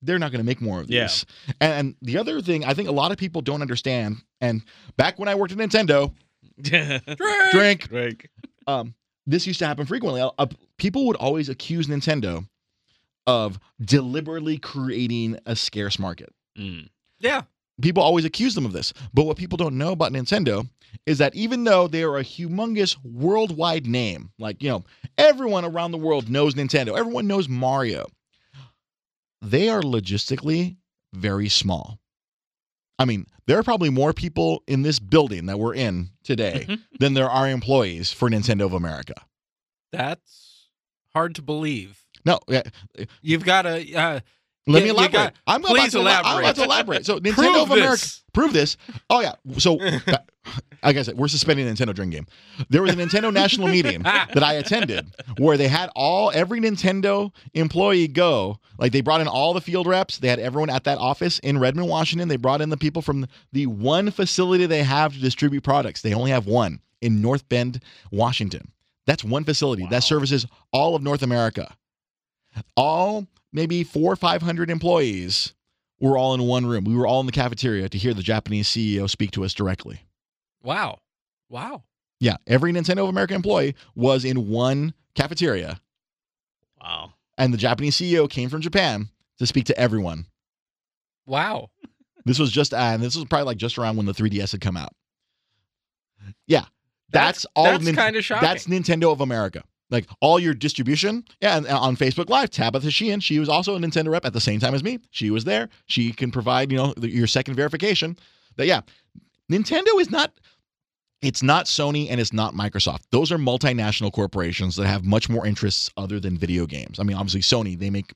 Speaker 1: they're not going to make more of
Speaker 2: Yeah.
Speaker 1: these. And, and the other thing I think a lot of people don't understand, and back when I worked at Nintendo,
Speaker 3: Drink!
Speaker 1: drink,
Speaker 2: Drake.
Speaker 1: um, this used to happen frequently. Uh, uh, people would always accuse Nintendo of deliberately creating a scarce market.
Speaker 2: Mm.
Speaker 3: Yeah.
Speaker 1: people always accuse them of this. But what people don't know about Nintendo is that even though they are a humongous worldwide name, like, you know, everyone around the world knows Nintendo, everyone knows Mario, they are logistically very small. I mean, there are probably more people in this building that we're in
Speaker 3: Mm-hmm.
Speaker 1: today than there are employees for Nintendo of America.
Speaker 3: That's hard to believe.
Speaker 1: No, yeah,
Speaker 3: You've got to uh,
Speaker 1: let
Speaker 3: You-
Speaker 1: me
Speaker 3: you
Speaker 1: elaborate.
Speaker 3: got-
Speaker 1: I'm about
Speaker 3: please
Speaker 1: to elab- I'm about
Speaker 3: elaborate.
Speaker 1: to elaborate. So Nintendo
Speaker 3: prove
Speaker 1: of America
Speaker 3: this.
Speaker 1: prove this. Oh yeah. So uh, like I said, we're suspending the Nintendo Dream Game. There was a Nintendo national meeting
Speaker 3: Ah.
Speaker 1: that I attended where they had all every Nintendo employee go. Like they brought in all the field reps. They had everyone at that office in Redmond, Washington. They brought in the people from the one facility they have to distribute products. They only have one in North Bend, Washington. That's one facility
Speaker 2: Wow.
Speaker 1: that services all of North America. All maybe four or five hundred employees were all in one room. We were all in the cafeteria to hear the Japanese CEO speak to us directly.
Speaker 3: Wow. Wow.
Speaker 1: Yeah, every Nintendo of America employee was in one cafeteria,
Speaker 2: Wow.
Speaker 1: and the Japanese CEO came from Japan to speak to everyone.
Speaker 3: Wow.
Speaker 1: This was just, and this was probably like just around when the 3DS had come out. Yeah, that's, all.
Speaker 3: That's
Speaker 1: Nin-
Speaker 3: kind of shocking.
Speaker 1: That's Nintendo of America. Like all your distribution. Yeah, and uh, on Facebook Live, Tabitha Sheehan, she was also a Nintendo rep at the same time as me. She was there. She can provide, you know, the, your second verification. That yeah, Nintendo is not. It's not Sony and it's not Microsoft. Those are multinational corporations that have much more interests other than video games. I mean, obviously Sony, they make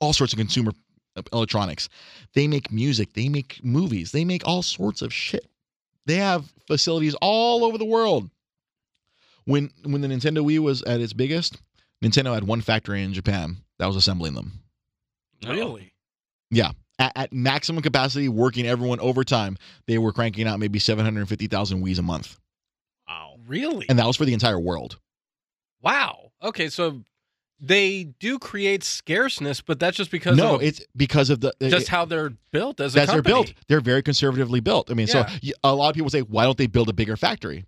Speaker 1: all sorts of consumer uh, electronics. They make music, they make movies, they make all sorts of shit. They have facilities all over the world when when the Nintendo Wii was at its biggest, Nintendo had one factory in Japan that was assembling them
Speaker 2: Oh,
Speaker 3: Really?
Speaker 1: at, at maximum capacity, working everyone overtime. They were cranking out maybe seven hundred fifty thousand Wii's a month,
Speaker 2: Wow.
Speaker 3: Really?
Speaker 1: and that was for the entire world.
Speaker 3: wow. Okay, so they do create scarceness, but that's just because
Speaker 1: No,
Speaker 3: of
Speaker 1: it's because of the it-
Speaker 3: just how they're built as a
Speaker 1: that's they're
Speaker 3: company.
Speaker 1: built. They're very conservatively built. I mean, so
Speaker 3: Yeah.
Speaker 1: y- a lot of people say, why don't they build a bigger factory?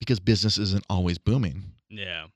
Speaker 1: Because business isn't always booming.
Speaker 2: Yeah.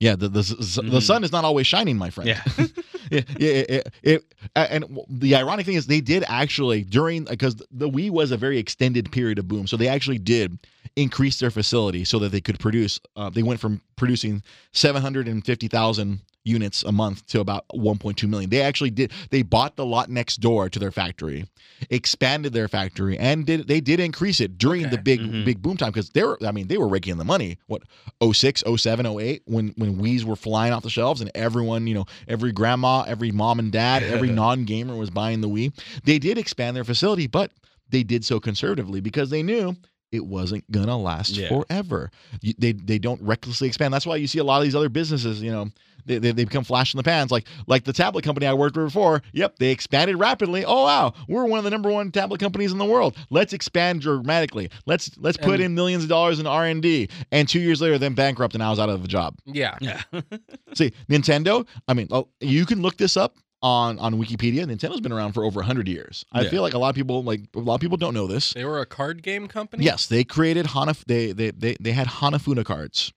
Speaker 1: Yeah, the the, s- s-
Speaker 3: Mm-hmm.
Speaker 1: the
Speaker 2: Mhm.
Speaker 1: sun is not always shining, my friend.
Speaker 2: Yeah.
Speaker 1: yeah, yeah, it, it, it- and w- the ironic thing is they did actually during because the Wii was a very extended period of boom, so they actually did increase their facility so that they could produce. Uh, they went from producing seven hundred and fifty thousand units a month to about one point two million. They actually did. They bought the lot next door to their factory, expanded their factory, and did they did increase it during the
Speaker 3: Okay.
Speaker 1: big
Speaker 2: Mhm.
Speaker 1: big boom time because they were. I mean, they were raking in the money. What 06, 07, 08, when when Wii's were flying off the shelves and everyone, you know, every grandma, every mom and dad, every non-gamer was buying the Wii. They did expand their facility, but they did so conservatively because they knew it wasn't gonna last
Speaker 2: Yeah.
Speaker 1: forever. You- They they don't recklessly expand. That's why you see a lot of these other businesses, you know, they, they, they become flash in the pans. Like like the tablet company I worked with before. Yep, they expanded rapidly. Oh wow, we're one of the number one tablet companies in the world. Let's expand dramatically. Let's let's put
Speaker 3: And-
Speaker 1: in millions of dollars in R and D. And two years later, then bankrupt, and I was out of a job.
Speaker 3: Yeah.
Speaker 2: Yeah.
Speaker 1: See, Nintendo. I mean, oh, you can look this up on on Wikipedia. Nintendo's been around for over hundred years. I
Speaker 2: Yeah.
Speaker 1: feel like a lot of people like a lot of people don't know this.
Speaker 3: They were a card game company?
Speaker 1: Yes, they created Hanaf. They they they they had Hanafuna cards,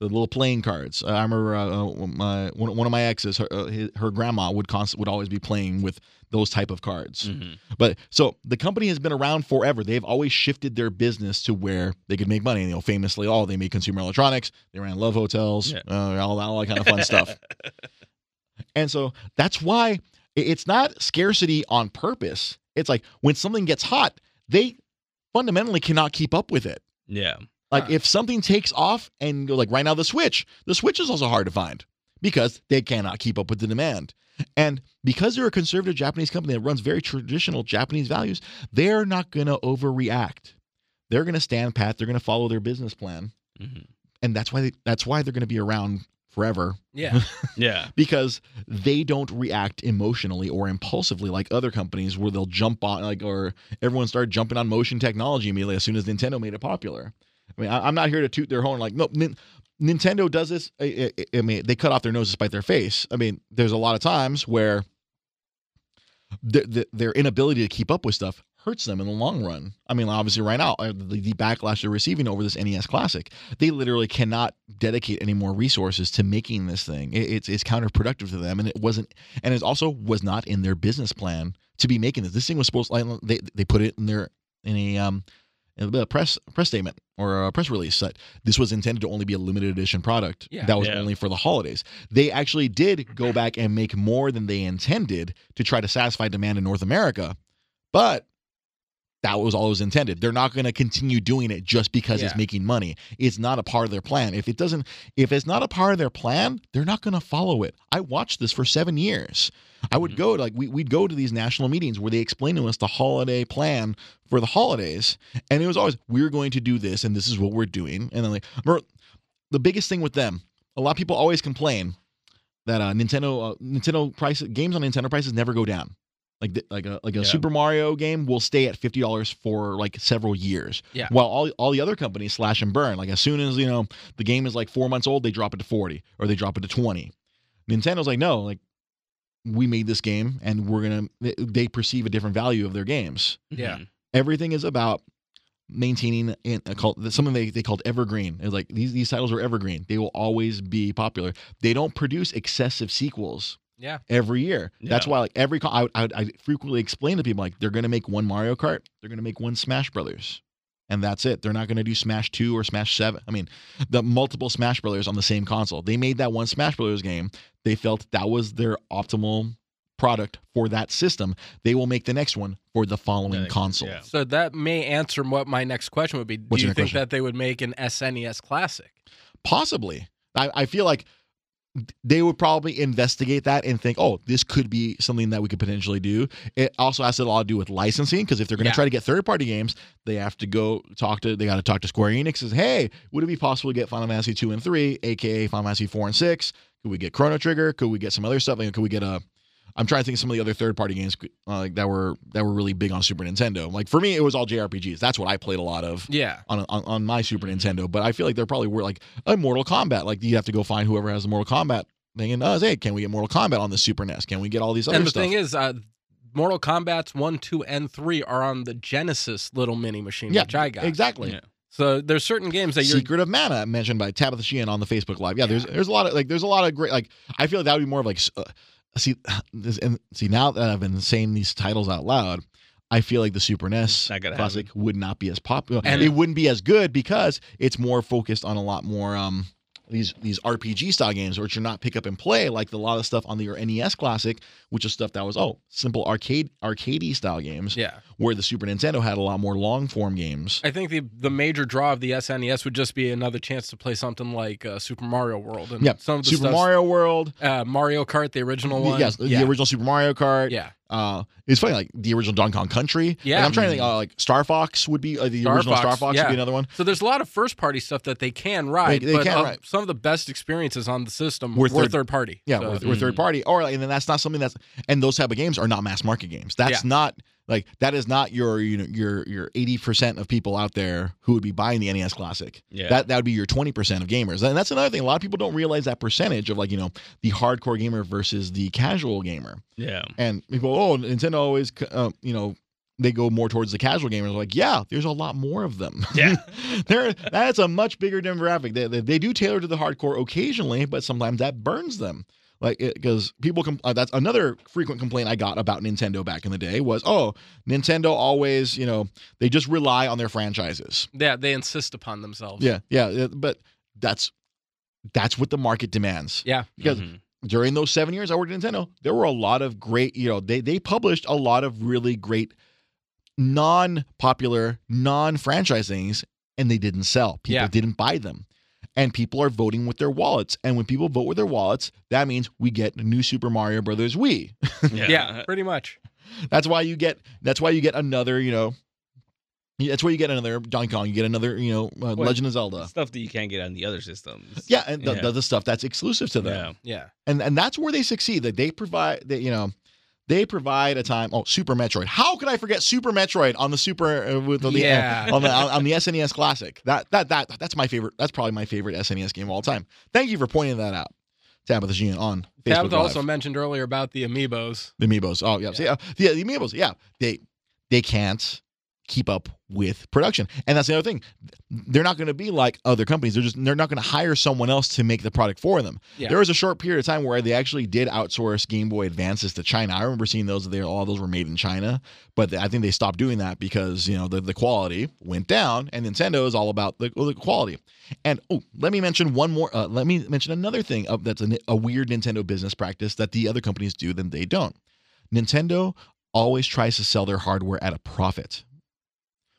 Speaker 1: the little playing cards. Uh, I remember uh, uh, my one, one of my exes, her, uh, his, her grandma would const- would always be playing with those type of cards.
Speaker 2: Mhm.
Speaker 1: But so the company has been around forever. They've always shifted their business to where they could make money. You know, famously, oh, they made consumer electronics, they ran love hotels,
Speaker 2: Yeah.
Speaker 1: uh, all, all that kind of fun stuff. And so that's why i- it's not scarcity on purpose. It's like when something gets hot, they fundamentally cannot keep up with it.
Speaker 2: Yeah.
Speaker 1: Like
Speaker 3: Huh.
Speaker 1: if something takes off and go like right now the Switch, the Switch is also hard to find because they cannot keep up with the demand. And because they're a conservative Japanese company that runs very traditional Japanese values, they're not going to overreact. They're going to stand pat, they're going to follow their business plan,
Speaker 2: Mhm.
Speaker 1: and that's why they, that's why they're going to be around forever
Speaker 3: Yeah.
Speaker 2: Yeah.
Speaker 1: because they don't react emotionally or impulsively like other companies where they'll jump on like or everyone started jumping on motion technology immediately as soon as Nintendo made it popular. I mean, I, I'm not here to toot their horn like no. Nin- Nintendo does this. I, I- I mean, they cut off their nose to spite their face. I mean, there's a lot of times where th- th- their inability to keep up with stuff hurts them in the long run. I mean, obviously, right now, uh, the, the backlash they're receiving over this NES Classic, they literally cannot dedicate any more resources to making this thing. It, it's it's counterproductive to them, and it wasn't, and it also was not in their business plan to be making this. This thing was supposed like they they put it in their in a um in a press press statement or a press release that this was intended to only be a limited edition product
Speaker 3: Yeah.
Speaker 1: that was
Speaker 2: Yeah.
Speaker 1: only for the holidays. They actually did go back and make more than they intended to try to satisfy demand in North America, but that was all it was intended. They're not going to continue doing it just because it's
Speaker 3: Yeah.
Speaker 1: making money. It's not a part of their plan. If it doesn't, if it's not a part of their plan, they're not going to follow it. I watched this for seven years. I would
Speaker 2: Mhm.
Speaker 1: go to, like we, we'd go to these national meetings where they explain to us the holiday plan for the holidays, and it was always we're going to do this and this is what we're doing. And then like remember, the biggest thing with them, a lot of people always complain that uh, Nintendo uh, Nintendo prices games on Nintendo prices never go down. Like the, like a like a
Speaker 2: Yeah.
Speaker 1: Super Mario game will stay at fifty dollars for like several years.
Speaker 3: Yeah.
Speaker 1: While all all the other companies slash and burn. Like as soon as you know the game is like four months old, they drop it to forty or they drop it to twenty. Nintendo's like no, like we made this game and we're gonna they- they perceive a different value of their games.
Speaker 3: Yeah.
Speaker 2: Mhm.
Speaker 1: Everything is about maintaining and uh, called something they, they called evergreen. It's like these these titles are evergreen. They will always be popular. They don't produce excessive sequels.
Speaker 3: Yeah.
Speaker 1: Every year. That's
Speaker 2: Yeah.
Speaker 1: why like every co- I, would- I would- I frequently explain to people like they're gonna make one Mario Kart. They're gonna make one Smash Brothers. And that's it. They're not going to do Smash 2 or Smash 7. I mean, the multiple Smash Brothers on the same console. They made that one Smash Brothers game they felt that was their optimal product for that system, they will make the next one for the following
Speaker 4: Next,
Speaker 1: console.
Speaker 4: yeah.
Speaker 3: So that may answer what my next question would be. Do
Speaker 1: What's
Speaker 3: you
Speaker 1: your next
Speaker 3: think
Speaker 1: question?
Speaker 3: that they would make an SNES classic?
Speaker 1: Possibly. I, I feel like they would probably investigate that and think, oh, this could be something that we could potentially do. It also has a lot to do with licensing because if they're going to
Speaker 3: Yeah.
Speaker 1: try to get third party games, they have to go talk to, they got to talk to Square Enix and says, hey, would it be possible to get Final Fantasy 2 and 3, AKA Final Fantasy 4 and 6? Could we get Chrono Trigger? Could we get some other stuff? Like, could we get a, I'm trying to think of some of the other third party games uh, like that were that were really big on Super Nintendo. Like for me, it was all JRPGs. That's what I played a lot of
Speaker 3: Yeah.
Speaker 1: on, on on my Super Nintendo, but I feel like there probably were like a Mortal Kombat. Like you have to go find whoever has the Mortal Kombat thing and us. Hey, can we get Mortal Kombat on the Super NES? Can we get all these other
Speaker 3: and the
Speaker 1: stuff?
Speaker 3: thing is, uh, Mortal Kombat's one, two, and three are on the Genesis little mini machine,
Speaker 1: yeah,
Speaker 3: which I got.
Speaker 1: exactly.
Speaker 4: Yeah.
Speaker 3: So there's certain games that you're
Speaker 1: Secret of Mana mentioned by Tabitha Sheehan on the Facebook Live. Yeah, there's there's a lot of like there's a lot of great like I feel like that would be more of like s- uh, see this, and see now that I've been saying these titles out loud. I feel like the Super NES
Speaker 2: not gonna
Speaker 1: classic would not be as popular, and
Speaker 3: And-
Speaker 1: it wouldn't be as good because it's more focused on a lot more um, these these RPG style games, which you're not pick up and play like the, a lot of stuff on the your NES classic, which is stuff that was oh simple arcade arcadey style games,
Speaker 3: yeah.
Speaker 1: where the Super Nintendo had a lot more long form games.
Speaker 3: I think the the major draw of the SNES would just be another chance to play something like uh, Super Mario World and
Speaker 1: Yeah,
Speaker 3: some of the
Speaker 1: Super
Speaker 3: stuffs-
Speaker 1: Mario World,
Speaker 3: uh, Mario Kart, the original
Speaker 1: The-
Speaker 3: one.
Speaker 1: Yes,
Speaker 3: yeah.
Speaker 1: the original Super Mario Kart.
Speaker 3: yeah.
Speaker 1: Uh, it's funny, like the original Donkey Kong Country.
Speaker 3: Yeah. Mm-hmm.
Speaker 1: Like, I'm trying to think, uh, like Star Fox would be uh, the
Speaker 3: Star
Speaker 1: original
Speaker 3: Fox,
Speaker 1: Star Fox would
Speaker 3: yeah.
Speaker 1: be another one.
Speaker 3: So there's a lot of first party stuff that they can ride,
Speaker 1: They- they
Speaker 3: but
Speaker 1: can
Speaker 3: of-
Speaker 1: ride.
Speaker 3: some of the best experiences on the system
Speaker 1: Were
Speaker 3: were,
Speaker 1: third-
Speaker 3: third, party.
Speaker 1: Yeah,
Speaker 3: So- mm-hmm.
Speaker 1: or, or third
Speaker 4: Mm.
Speaker 1: party, or like, and then that's not something that's and those type of games are not mass market games. That's not like that is not your you know your your eighty percent of people out there who would be buying the NES Classic.
Speaker 4: Yeah.
Speaker 1: That that would be your twenty percent of gamers, and that's another thing. A lot of people don't realize that percentage of like you know the hardcore gamer versus the casual gamer.
Speaker 4: yeah.
Speaker 1: and people, oh, Nintendo always, uh, you know, they go more towards the casual gamers. Like, yeah, there's a lot more of them.
Speaker 4: Yeah.
Speaker 1: there, that's a much bigger demographic. They, they, they do tailor to the hardcore occasionally, but sometimes that burns them. Like, because people, compl- uh, that's another frequent complaint I got about Nintendo back in the day was, oh, Nintendo always, you know, they just rely on their franchises.
Speaker 3: Yeah, they insist upon themselves.
Speaker 1: Yeah, yeah, yeah, but that's that's what the market demands
Speaker 3: Yeah.
Speaker 1: because
Speaker 2: Mm-hmm.
Speaker 1: during those seven years I worked at Nintendo, there were a lot of great, you know, they they published a lot of really great non-popular, non-franchise things, and they didn't sell. People
Speaker 3: Yeah.
Speaker 1: didn't buy them. And people are voting with their wallets. And when people vote with their wallets, that means we get new Super Mario Brothers Wii.
Speaker 4: yeah.
Speaker 3: Yeah,
Speaker 2: Uh,
Speaker 3: pretty much.
Speaker 1: That's why you get that's why you get another, you know, that's why you get another Donkey Kong, you get another, you know, uh,
Speaker 2: Well,
Speaker 1: Legend of Zelda.
Speaker 2: Stuff that you can't get on the other systems.
Speaker 1: Yeah, and the,
Speaker 4: yeah.
Speaker 1: the, the stuff that's exclusive to them.
Speaker 4: Yeah.
Speaker 3: Yeah.
Speaker 1: and and that's where they succeed. That they provide that you know, they provide a time. Oh, Super Metroid! How could I forget Super Metroid on the Super uh, with the
Speaker 3: Yeah.
Speaker 1: on the on, on the SNES Classic? That that that that's my favorite. That's probably my favorite SNES game of all time. Thank you for pointing that out, Tabitha Sheehan on Facebook
Speaker 3: Tabitha
Speaker 1: Live.
Speaker 3: also mentioned earlier about the amiibos.
Speaker 1: the Amiibos. Oh yeah, See, uh, the, the Amiibos. Yeah, they they can't keep up with production, and that's the other thing. They're not going to be like other companies. They're just they're not going to hire someone else to make the product for them.
Speaker 3: Yeah.
Speaker 1: There was a short period of time where they actually did outsource Game Boy Advances to China. I remember seeing those. They all those were made in China, but I think they stopped doing that because you know the, the quality went down, and Nintendo is all about the, the quality. And oh, let me mention one more. Uh, let me mention another thing of, that's a, a weird Nintendo business practice that the other companies do that they don't. Nintendo always tries to sell their hardware at a profit,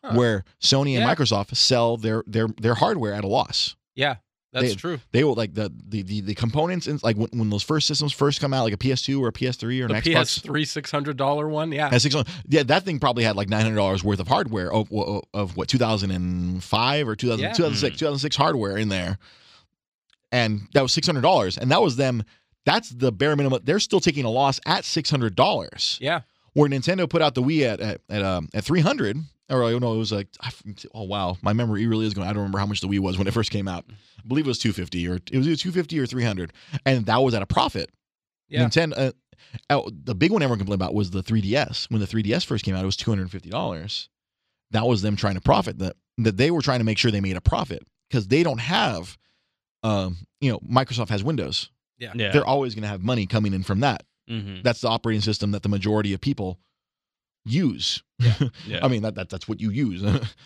Speaker 3: Huh.
Speaker 1: where Sony and
Speaker 3: Yeah.
Speaker 1: Microsoft sell their their their hardware at a loss.
Speaker 3: That's
Speaker 1: They-
Speaker 3: true.
Speaker 1: They will like the the the, the components and like when, when those first systems first come out, like a PS2 or a PS3 or
Speaker 3: The
Speaker 1: an Xbox.
Speaker 3: PS3 six hundred dollar one. Yeah.
Speaker 1: At six, yeah, that thing probably had like nine hundred dollars worth of hardware of, of, of what two thousand and five or 2000,
Speaker 3: Yeah.
Speaker 1: 2006, 2006 hardware in there, and that was six hundred dollars, and that was them. That's the bare minimum. They're still taking a loss at six hundred dollars.
Speaker 3: Yeah.
Speaker 1: Where Nintendo put out the Wii at at at, um, at three hundred, or oh, no, it was like I f- oh wow, my memory really is going. I don't remember how much the Wii was when it first came out. I believe it was two fifty or it was either two fifty or three hundred, and that was at a profit.
Speaker 3: Yeah.
Speaker 1: Nintendo, uh, Oh, the big one everyone complained about was the 3DS. When the 3DS first came out, it was two hundred and fifty dollars. That was them trying to profit. That that they were trying to make sure they made a profit because they don't have, um, you know, Microsoft has Windows.
Speaker 2: yeah.
Speaker 1: They're always going to have money coming in from that.
Speaker 3: Mm-hmm.
Speaker 2: Mhm.
Speaker 1: That's the operating system that the majority of people use.
Speaker 4: Yeah.
Speaker 1: I mean, that, that that's what you use.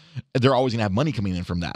Speaker 1: They're always going to have money coming in from that.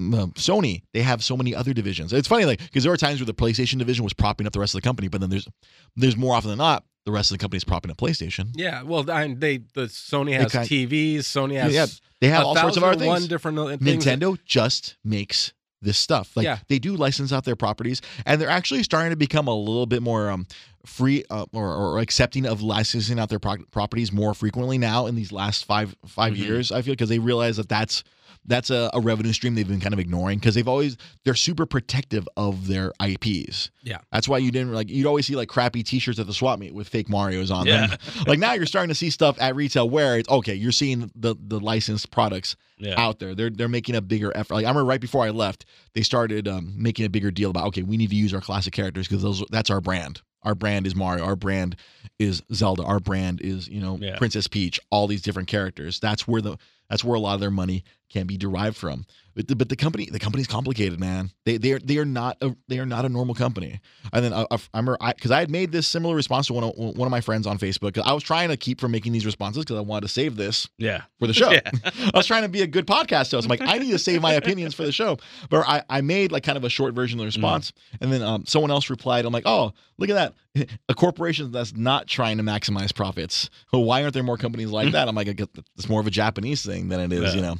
Speaker 1: Um, Sony, they have so many other divisions. It's funny, like because there are times where the PlayStation division was propping up the rest of the company, but then there's there's more often than not the rest of the company's propping up PlayStation.
Speaker 3: Yeah, well, I, they the Sony has
Speaker 1: kind-
Speaker 3: TVs. Sony has
Speaker 1: Yeah, They have
Speaker 3: a
Speaker 1: all sorts of
Speaker 3: thousand
Speaker 1: other
Speaker 3: and one
Speaker 1: things.
Speaker 3: different uh, things.
Speaker 1: Nintendo just makes this stuff. Like
Speaker 3: Yeah.
Speaker 1: they do license out their properties, and they're actually starting to become a little bit more um, free uh, or, or accepting of licensing out their pro- properties more frequently now in these last five five
Speaker 3: Mm-hmm.
Speaker 2: Mhm.
Speaker 1: years. I feel because they realize that that's that's a, a revenue stream they've been kind of ignoring because they've always they're super protective of their IPs.
Speaker 3: Yeah.
Speaker 1: that's why you didn't like you'd always see like crappy T-shirts at the swap meet with fake Mario's on
Speaker 2: Yeah.
Speaker 1: them. like now you're starting to see stuff at retail where it's okay. You're seeing the the licensed products
Speaker 2: Yeah.
Speaker 1: out there. They're they're making a bigger effort. Like I remember right before I left, they started um, making a bigger deal about okay, we need to use our classic characters because those that's our brand. Our brand is Mario. Our brand is Zelda. Our brand is you know
Speaker 2: Yeah.
Speaker 1: Princess Peach. All these different characters. That's where the that's where a lot of their money can be derived from. But the, but the company the company's complicated, man. They they are they are not a, they are not a normal company. And then I, I I remember because I, had made this similar response to one of, one of my friends on Facebook. 'Cause I was trying to keep from making these responses because I wanted to save this
Speaker 2: Yeah.
Speaker 1: for the show.
Speaker 2: Yeah.
Speaker 1: I was trying to be a good podcast host. I'm like, I need to save my opinions for the show. But I, I made like kind of a short version of
Speaker 2: Mm.
Speaker 1: the response. And then um, someone else replied, I'm like, oh, look at that. A corporation that's not trying to maximize profits. Why aren't there more companies like that? I'm like, I guess it's more of a Japanese thing than it is,
Speaker 2: Mm. Yeah.
Speaker 1: you know,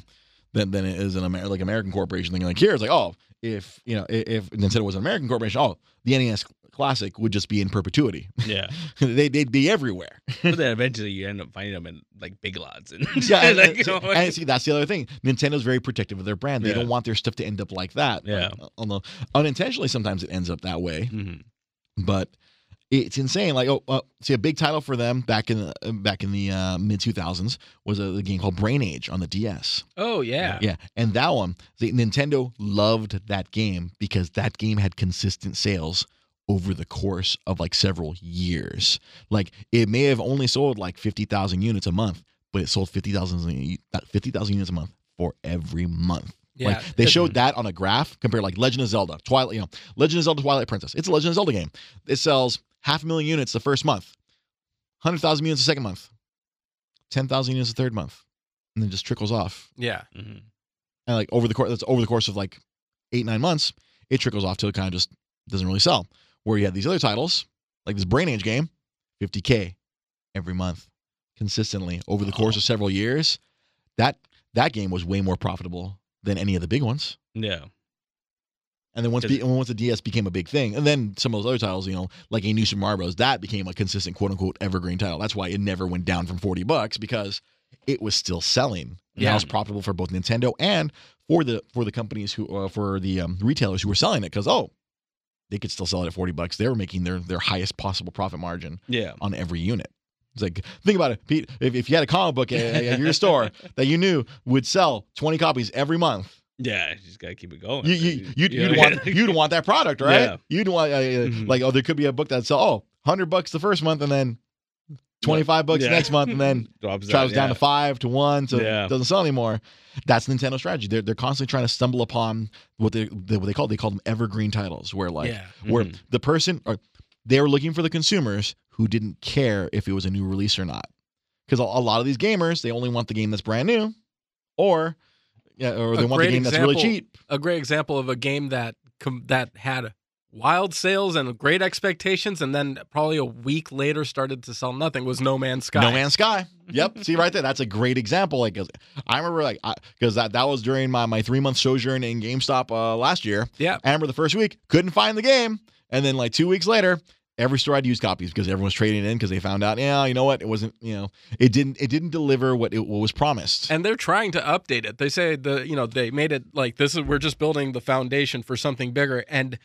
Speaker 1: than, than it is an Amer- like American corporation thing. Like here, it's like, oh, if, you know, i- if Nintendo was an American corporation, oh, the NES Classic would just be in perpetuity.
Speaker 2: Yeah.
Speaker 1: they, they'd be everywhere.
Speaker 2: but then eventually you end up finding them in like big lots and
Speaker 1: yeah, and,
Speaker 2: like, you
Speaker 1: so-
Speaker 2: know,
Speaker 1: and see, that's the other thing. Nintendo's very protective of their brand. They
Speaker 2: Yeah.
Speaker 1: don't want their stuff to end up like that.
Speaker 2: Yeah.
Speaker 1: Like, although unintentionally, sometimes it ends up that way.
Speaker 2: Mhm.
Speaker 1: But it's insane. Like, oh, uh, see, a big title for them back in the back in the uh, mid two thousands was a, a game called Brain Age on the DS.
Speaker 3: Oh yeah.
Speaker 1: Yeah, and that one, the Nintendo loved that game because that game had consistent sales over the course of like several years. Like it may have only sold like 50,000 units a month, but it sold 50,000 u- uh, 50,000 units a month for every month.
Speaker 3: Yeah.
Speaker 1: Like they showed that on a graph compared like Legend of Zelda, Twilight, you know, Legend of Zelda Twilight Princess. It's a Legend of Zelda game. It sells half a million units the first month, 100,000 units the second month, 10,000 units the third month, and then just trickles off
Speaker 3: yeah.
Speaker 2: Mhm.
Speaker 1: and like over the course that's over the course of like eight nine months, it trickles off till it kind of just doesn't really sell. Where you had these other titles like this Brain Age game, 50k every month consistently over the course of several years. That that game was way more profitable than any of the big ones.
Speaker 2: yeah.
Speaker 1: And then once,
Speaker 2: Does-
Speaker 1: be, and once the DS became a big thing, and then some of those other titles, you know, like a New Super Mario Bros., that became a consistent quote unquote evergreen title. That's why it never went down from 40 bucks because it was still selling. Yeah.
Speaker 2: Yeah.
Speaker 1: Now it's profitable for both Nintendo and for the for the companies who uh, for the um, retailers who were selling it because oh, they could still sell it at 40 bucks. They were making their their highest possible profit margin
Speaker 2: Yeah.
Speaker 1: on every unit. It's like think about it, Pete. If, if you had a comic book at, at your store that you knew would sell 20 copies every month,
Speaker 2: Yeah. You just gotta keep it going.
Speaker 1: you, you, you'd,
Speaker 2: You
Speaker 1: you'd
Speaker 2: know?
Speaker 1: want you'd want that product, right?
Speaker 2: Yeah.
Speaker 1: You'd want uh, uh,
Speaker 2: Mhm.
Speaker 1: like oh, there could be a book that sell oh, 100 bucks the first month, and then twenty five bucks
Speaker 2: Yeah.
Speaker 1: next month, and then
Speaker 2: drops
Speaker 1: travels
Speaker 2: out,
Speaker 1: down
Speaker 2: yeah.
Speaker 1: to five to one, so
Speaker 2: Yeah.
Speaker 1: it doesn't sell anymore. That's Nintendo's strategy. They're they're constantly trying to stumble upon what they they- what they call they call them evergreen titles, where like
Speaker 3: yeah.
Speaker 1: where
Speaker 2: Mhm.
Speaker 1: the person or they were looking for the consumers who didn't care if it was a new release or not. Because a, a lot of these gamers, they only want the game that's brand new, or yeah, or
Speaker 3: A
Speaker 1: they want the
Speaker 3: great
Speaker 1: game that's
Speaker 3: example-
Speaker 1: really cheap.
Speaker 3: A great example of a game that com- that had wild sales and great expectations, and then probably a week later started to sell nothing. Was No Man's Sky?
Speaker 1: No Man's Sky. Yep. See right there. That's a great example. Like 'cause I remember like because that that was during my my three month sojourn in GameStop uh, last year.
Speaker 3: Yeah.
Speaker 1: I remember the first week couldn't find the game, and then like two weeks later. Every store I'd use copies because everyone was trading in because they found out, yeah, you know what, it wasn't, you know, it didn't, it didn't deliver what it what was promised.
Speaker 3: And they're trying to update it. They say the you know they made it like this is we're just building the foundation for something bigger, and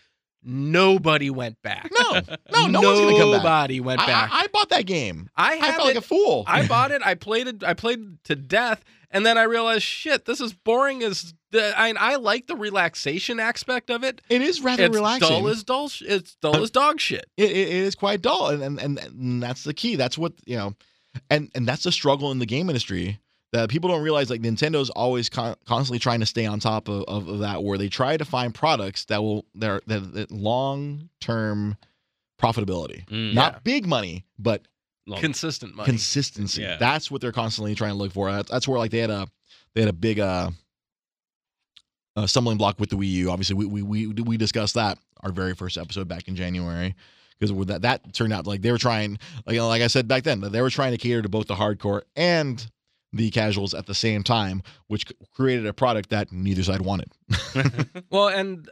Speaker 3: nobody went back.
Speaker 1: no, no, no one's gonna come back.
Speaker 3: Nobody went
Speaker 1: I, I,
Speaker 3: back.
Speaker 1: I bought that game.
Speaker 3: I,
Speaker 1: I,
Speaker 3: have
Speaker 1: felt like a fool.
Speaker 3: I bought it. I played it. I played to death, and then I realized, shit, this is boring as The, I I like the relaxation aspect of it.
Speaker 1: It is rather
Speaker 3: it's
Speaker 1: relaxing.
Speaker 3: dull as dull. Sh- it's dull as dog shit.
Speaker 1: it, it, it is quite dull and, and and and that's the key that's what you know and and that's the struggle in the game industry that people don't realize like nintendo's always con- constantly trying to stay on top of, of, of that where they try to find products that will that are that, that long term profitability
Speaker 2: Mm.
Speaker 1: not big money but
Speaker 2: Long-
Speaker 3: Consistent money.
Speaker 1: consistency
Speaker 2: Yeah.
Speaker 1: that's what they're constantly trying to look for that's, that's where like they had a they had a big uh uh stumbling block with the wii u obviously we we we, we discussed that our very first episode back in january because with that that turned out like they were trying like, like i said back then that they were trying to cater to both the hardcore and the casuals at the same time which c- created a product that neither side wanted
Speaker 3: Well, and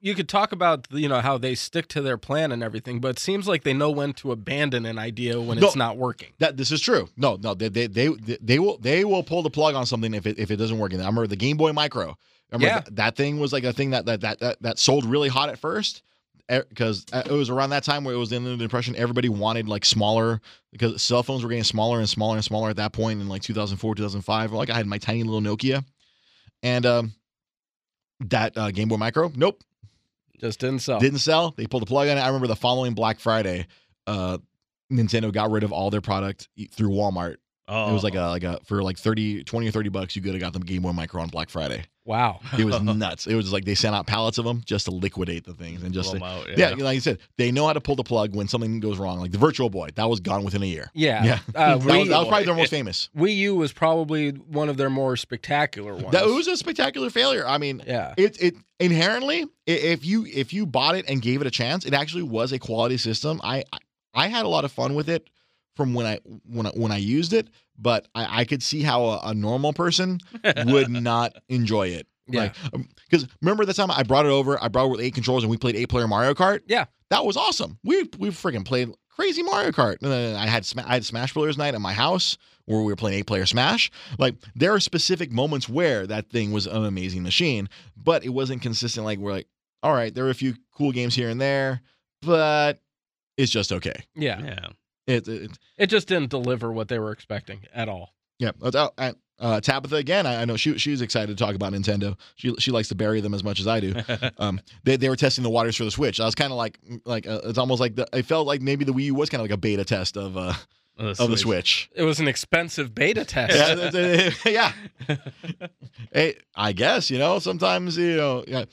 Speaker 3: you could talk about you know how they stick to their plan and everything, but it seems like they know when to abandon an idea when it's
Speaker 1: No.
Speaker 3: not working.
Speaker 1: That this is true. No, no, they they they, they will they will pull the plug on something if it if it doesn't work. And I remember the Game Boy Micro. I remember
Speaker 3: Yeah.
Speaker 1: th- that thing was like a thing that that that that, that sold really hot at first because it was around that time where it was in the impression everybody wanted like smaller because cell phones were getting smaller and smaller and smaller at that point in like 2004 2005 like i had my tiny little nokia and um that uh, game boy micro nope
Speaker 3: Just didn't sell.
Speaker 1: didn't sell. They pulled the plug on it. I remember the following Black Friday, uh, Nintendo got rid of all their product e- through Walmart.
Speaker 2: Oh.
Speaker 1: It was like a like a for like 30, 20 or 30 bucks, you could have got them Game Boy Micro on Black Friday.
Speaker 3: wow.
Speaker 1: It was nuts. It was like they sent out pallets of them just to liquidate the things and just
Speaker 2: Blow
Speaker 1: to-
Speaker 2: 'em out,
Speaker 1: yeah. like you said, they know how to pull the plug when something goes wrong. Like the Virtual Boy, that was gone within a year.
Speaker 3: Yeah.
Speaker 1: Yeah.
Speaker 3: Uh,
Speaker 1: That was,
Speaker 3: Wii,
Speaker 1: that was probably their most famous.
Speaker 3: Wii U was probably one of their more spectacular ones.
Speaker 1: That it was a spectacular failure. I mean,
Speaker 3: yeah.
Speaker 1: it it inherently i- if you if you bought it and gave it a chance it actually was a quality system i I- i had a lot of fun with it from when i when i when i used it but i, I could see how a, a normal person would not enjoy it
Speaker 3: Yeah.
Speaker 1: like because remember the time i brought it over i brought it with eight controls and we played eight player mario kart
Speaker 3: Yeah.
Speaker 1: that was awesome we we freaking played crazy mario kart and then i had Sma- i had smash brothers night at my house where we were playing eight player smash like there are specific moments where that thing was an amazing machine but it wasn't consistent. Like we're like, all right, there were a few cool games here and there, but it's just okay.
Speaker 3: yeah.
Speaker 2: yeah.
Speaker 1: It, it
Speaker 3: It just didn't deliver what they were expecting at all.
Speaker 1: yeah. Uh, uh, uh, Tabitha again. I, I know she she's excited to talk about Nintendo. She she likes to bury them as much as I do. Um, they they were testing the waters for the Switch. I was kind of like like uh, it's almost like the, it felt like maybe the Wii U was kind of like a beta test of uh of the Switch.
Speaker 3: It was an expensive beta test.
Speaker 1: yeah, th- th- yeah. Hey, I guess you know sometimes you know. Yeah.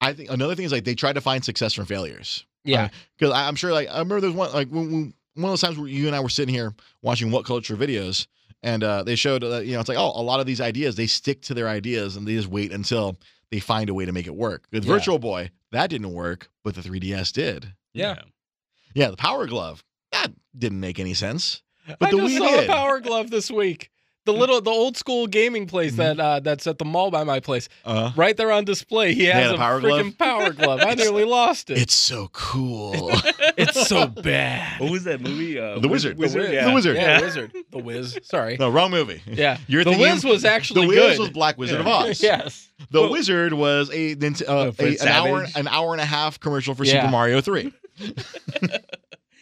Speaker 1: I think another thing is like they try to find success from failures.
Speaker 3: Yeah.
Speaker 1: because I'm sure like I remember there's one like when, when, one of those times where you and I were sitting here watching what culture videos and uh, they showed uh, you know it's like oh a lot of these ideas they stick to their ideas and they just wait until they find a way to make it work. With
Speaker 3: Yeah.
Speaker 1: Virtual Boy that didn't work, but the 3DS did.
Speaker 3: Yeah.
Speaker 1: Yeah, the Power Glove that didn't make any sense, but
Speaker 3: I
Speaker 1: the
Speaker 3: just
Speaker 1: Wii
Speaker 3: saw
Speaker 1: did.
Speaker 3: a power glove this week. The little, the old school gaming place
Speaker 1: Mm-hmm.
Speaker 3: that uh, that's at the mall by my place,
Speaker 1: uh,
Speaker 3: right there on display. He
Speaker 1: had
Speaker 3: has
Speaker 1: a
Speaker 3: a,
Speaker 1: power
Speaker 3: freaking power glove. I nearly lost it.
Speaker 1: it's so cool.
Speaker 3: It's so bad.
Speaker 2: What was that movie? Uh,
Speaker 1: The Wizard.
Speaker 2: Wizard.
Speaker 3: The Wiz.
Speaker 2: Yeah.
Speaker 1: The Wizard.
Speaker 3: Yeah, the wizard. The whiz. Sorry.
Speaker 1: no, wrong movie.
Speaker 3: Yeah.
Speaker 1: You're
Speaker 3: the
Speaker 1: thinking-
Speaker 3: whiz was actually
Speaker 1: the Wiz
Speaker 3: good.
Speaker 1: was Black Wizard of
Speaker 2: Yeah.
Speaker 1: Oz.
Speaker 3: yes.
Speaker 1: The
Speaker 2: Well-
Speaker 1: Wizard was a, then- uh,
Speaker 2: Uh, Fred
Speaker 1: a- an hour
Speaker 2: Savage.
Speaker 1: an hour and a half commercial for
Speaker 3: Yeah.
Speaker 1: Super Mario Three,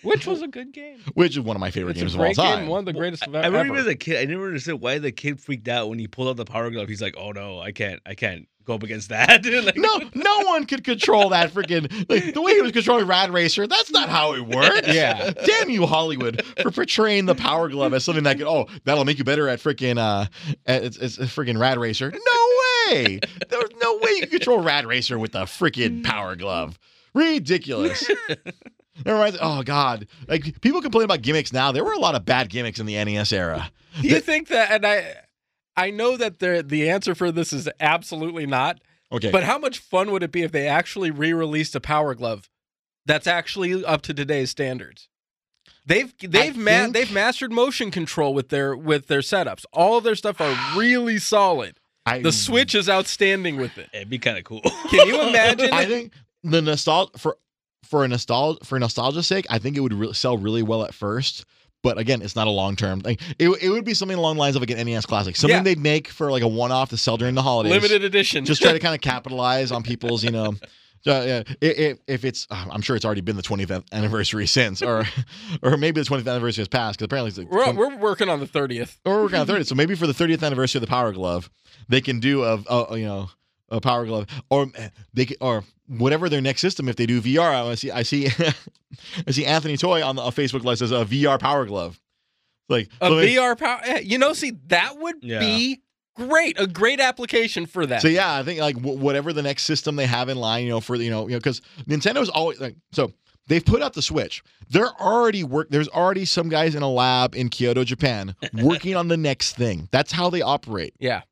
Speaker 3: Which was a good game.
Speaker 1: which is one of my favorite
Speaker 3: It's
Speaker 1: games
Speaker 3: a
Speaker 1: of all
Speaker 3: great game,
Speaker 1: time.
Speaker 3: One of the greatest of
Speaker 2: I remember as
Speaker 3: ever.
Speaker 2: a kid, I never understood why the kid freaked out when he pulled out the power glove. He's like, "Oh no, I can't, I can't go up against that." Like,
Speaker 1: No, no one could control that freaking like the way he was controlling Rad Racer. That's not how it works.
Speaker 3: Yeah.
Speaker 1: damn you Hollywood for portraying the Power Glove as something that could oh that'll make you better at freaking uh at, it's, it's a freaking Rad Racer. No way. There's no way you can control Rad Racer with the freaking Power Glove. Ridiculous. That reminds. Oh God! Like people complain about gimmicks now. There were a lot of bad gimmicks in the NES era.
Speaker 3: Do you think that? And I, I know that the the answer for this is absolutely not.
Speaker 1: Okay,
Speaker 3: But how much fun would it be if they actually re-released a Power Glove that's actually up to today's standards? They've they've ma-
Speaker 1: think-
Speaker 3: they've mastered motion control with their with their setups. All of their stuff are really solid.
Speaker 1: I,
Speaker 3: The Switch is outstanding with it.
Speaker 2: it'd be kind of cool.
Speaker 3: Can you imagine?
Speaker 1: I think the nostalgia for for a nostalgia for nostalgia's sake, I think it would re- sell really well at first. But again, it's not a long term thing. It, it would be something along the lines of like an NES classic, something
Speaker 3: Yeah.
Speaker 1: they'd make for like a one off to sell during the holidays.
Speaker 3: Limited edition.
Speaker 1: Just try to kind of capitalize on people's you know Uh, yeah, if, if it's, uh, I'm sure it's already been the 20th anniversary since, or or maybe the 20th anniversary has passed because apparently it's like
Speaker 3: We're, we're working on the 30th.
Speaker 1: or we're kind of 30th. So maybe for the 30th anniversary of the Power Glove, they can do a, a you know a Power Glove or eh, they can, or whatever their next system if they do VR. I see I see I see Anthony Toy on the, a Facebook live says a VR Power Glove. Like
Speaker 3: A
Speaker 1: so they-
Speaker 3: VR power. eh, You know, see, that would
Speaker 2: Yeah.
Speaker 3: be great. A great application for that.
Speaker 1: So yeah, I think like w- whatever the next system they have in line, you know, for you know, you know, because Nintendo's always like so they've put out the Switch. They're already work. There's already some guys in a lab in Kyoto, Japan, working on the next thing. That's how they operate.
Speaker 3: Yeah.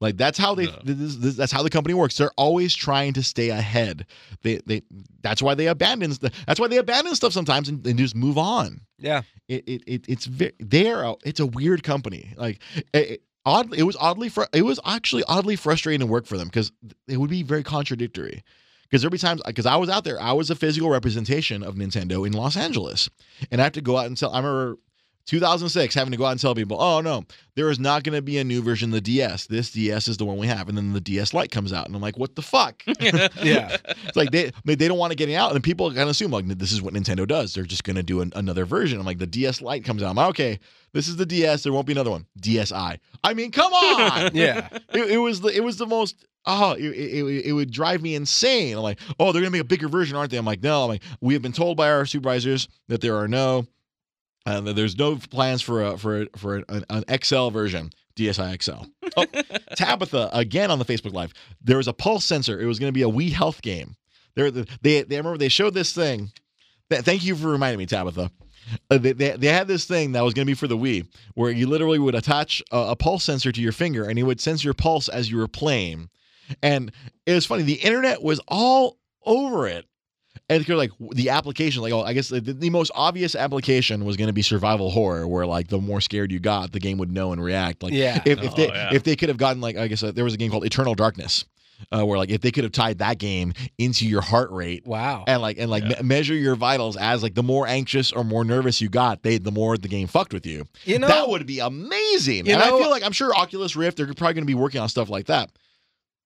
Speaker 1: Like that's how they
Speaker 2: Yeah.
Speaker 1: this, this, that's how the company works. They're always trying to stay ahead. They they that's why they abandon st- that's why they abandon stuff sometimes and, and just move on
Speaker 3: Yeah.
Speaker 1: it, it, it it's very they're a, it's a weird company like it, it- oddly it was oddly fr- it was actually oddly frustrating to work for them because it would be very contradictory because there'd be times because i was out there i was a physical representation of nintendo in los angeles and i have to go out and tell i remember 2006 having to go out and tell people oh no there is not going to be a new version of the ds this ds is the one we have and then the ds lite comes out and i'm like what the fuck
Speaker 3: Yeah.
Speaker 1: it's like they they they don't want to get it out, and people kind of assume like this is what Nintendo does. They're just gonna do an, another version. I'm like the DS Lite comes out. I'm like, okay, this is the DS. There won't be another one. DSi. I mean, come on.
Speaker 3: Yeah.
Speaker 1: it, it was the it was the most. Oh, it, it, it- it would drive me insane. I'm like, oh, they're gonna make a bigger version, aren't they? I'm like, no. I'm like, we have been told by our supervisors that there are no, uh, that there's no plans for a for a, for an, an XL version. DSi XL. Oh, Tabitha again on the Facebook Live. There was a pulse sensor. It was going to be a Wii Health game. There, they, they, I remember they showed this thing. Th- Thank you for reminding me, Tabitha. Uh, they, they, they had this thing that was going to be for the Wii, where you literally would attach a, a pulse sensor to your finger, and it would sense your pulse as you were playing. And it was funny. The internet was all over it. And they're like the application, like oh, I guess the, the most obvious application was going to be survival horror, where like the more scared you got, the game would know and react. Like
Speaker 3: yeah.
Speaker 1: if, if they
Speaker 2: Oh, yeah.
Speaker 1: if they could have gotten like I guess uh, there was a game called Eternal Darkness, uh, where like if they could have tied that game into your heart rate
Speaker 3: Wow.
Speaker 1: and like and like
Speaker 2: Yeah.
Speaker 1: me- measure your vitals as like the more anxious or more nervous you got, they the more the game fucked with you.
Speaker 3: You know,
Speaker 1: that would be amazing.
Speaker 3: You
Speaker 1: and I
Speaker 3: know-
Speaker 1: feel like I'm sure Oculus Rift they're probably going to be working on stuff like that.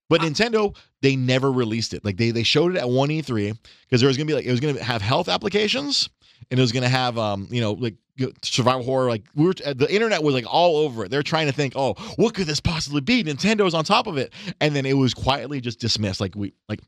Speaker 1: But Nintendo, they never released it. Like they they showed it at one E3 because there was gonna be like it was gonna have health applications and it was gonna have um you know like you know, survival horror like we were the internet was like all over it. They're trying to think oh what could this possibly be? Nintendo's on top of it, and then it was quietly just dismissed. Like we like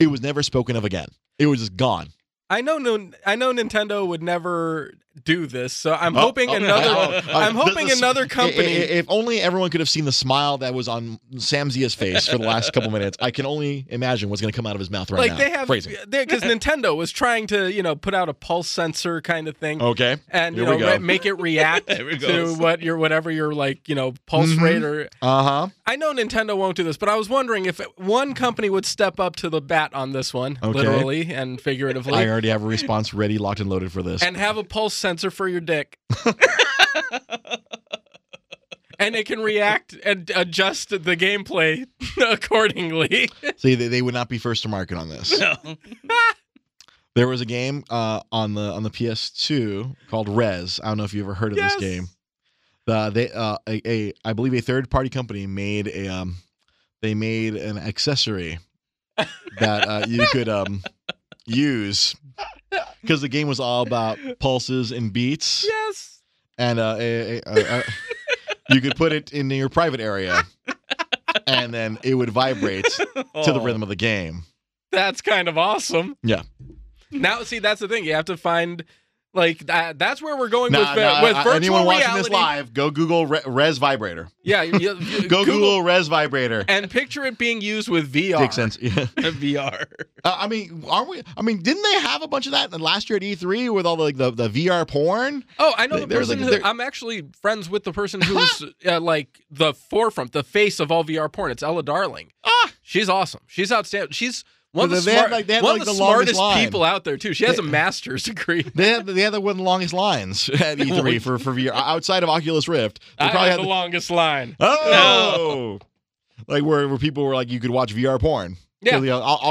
Speaker 1: it was never spoken of again. It was just gone.
Speaker 3: I know, no, I know Nintendo would never do this, so I'm
Speaker 1: Oh, uh,
Speaker 3: hoping
Speaker 2: oh,
Speaker 3: another.
Speaker 2: oh, oh,
Speaker 3: I'm
Speaker 1: the-
Speaker 3: hoping
Speaker 1: the s-
Speaker 3: another company.
Speaker 1: I- I- if only everyone could have seen the smile that was on Sam Zia's face for the last couple minutes. I can only imagine what's going to come out of his mouth right
Speaker 3: like
Speaker 1: now.
Speaker 3: they have,
Speaker 1: Crazy.
Speaker 3: because Nintendo was trying to, you know, put out a pulse sensor kind of thing,
Speaker 1: Okay.
Speaker 3: and you
Speaker 1: Oh, here
Speaker 3: know,
Speaker 1: we go.
Speaker 3: re- make it react
Speaker 2: There it
Speaker 3: to
Speaker 2: goes.
Speaker 3: what your whatever your like, you know, pulse
Speaker 1: Mhm.
Speaker 3: rate or.
Speaker 1: Uh
Speaker 3: I know Nintendo won't do this, but I was wondering if one company would step up to the bat on this one,
Speaker 1: Okay.
Speaker 3: literally and
Speaker 1: huh. I
Speaker 3: figuratively,
Speaker 1: already have a response ready, locked and loaded for this.
Speaker 3: and have a pulse sensor for your dick. And it can react and adjust the gameplay accordingly.
Speaker 1: See, they, they would not be first to market on this.
Speaker 2: No.
Speaker 1: There was a game uh, on the on the PS2 called Res. I don't know if you ever heard of
Speaker 3: Yes.
Speaker 1: this game. Uh, they uh, a, a I believe a third party company made a um, they made an accessory that uh, you could um, use because the game was all about pulses and beats
Speaker 3: Yes.
Speaker 1: and uh, a, a, a, a- you could put it in your private area and then it would vibrate to
Speaker 2: Oh.
Speaker 1: the rhythm of the game.
Speaker 3: That's kind of awesome.
Speaker 1: Yeah.
Speaker 3: Now, see, that's the thing. You have to find, like, that, that's where we're going with,
Speaker 1: Nah, nah,
Speaker 3: with
Speaker 1: I-
Speaker 3: virtual
Speaker 1: anyone watching
Speaker 3: reality.
Speaker 1: this live, go Google re- Res Vibrator.
Speaker 3: Yeah. You, you-
Speaker 1: Go Google, Res Vibrator.
Speaker 3: And picture it being used with VR.
Speaker 1: Dick sense. Yeah.
Speaker 2: VR.
Speaker 1: Uh, I mean, aren't we? I mean, didn't they have a bunch of that last year at E3 with all the like, the, the VR porn?
Speaker 3: Oh, I know the
Speaker 1: There- there's
Speaker 3: person
Speaker 1: like-
Speaker 3: who,
Speaker 1: there-
Speaker 3: I'm actually friends with the person who's uh, like the forefront, the face of all VR porn. It's Ella Darling.
Speaker 1: Ah!
Speaker 3: She's awesome. She's outstanding. She's one of
Speaker 1: Well,
Speaker 3: the,
Speaker 1: they had,
Speaker 3: smart,
Speaker 1: like- they had,
Speaker 3: one
Speaker 1: like,
Speaker 3: of the,
Speaker 1: the longest
Speaker 3: smartest
Speaker 1: line.
Speaker 3: people out there, too. She has a
Speaker 1: They-
Speaker 3: master's degree.
Speaker 1: They had they had the one of the longest lines at E3 for, for VR outside of Oculus Rift. They
Speaker 3: I
Speaker 1: probably
Speaker 3: had
Speaker 1: had
Speaker 3: the
Speaker 1: the-
Speaker 3: longest line.
Speaker 1: oh, like where, where people were like you could watch VR porn.
Speaker 3: Yeah.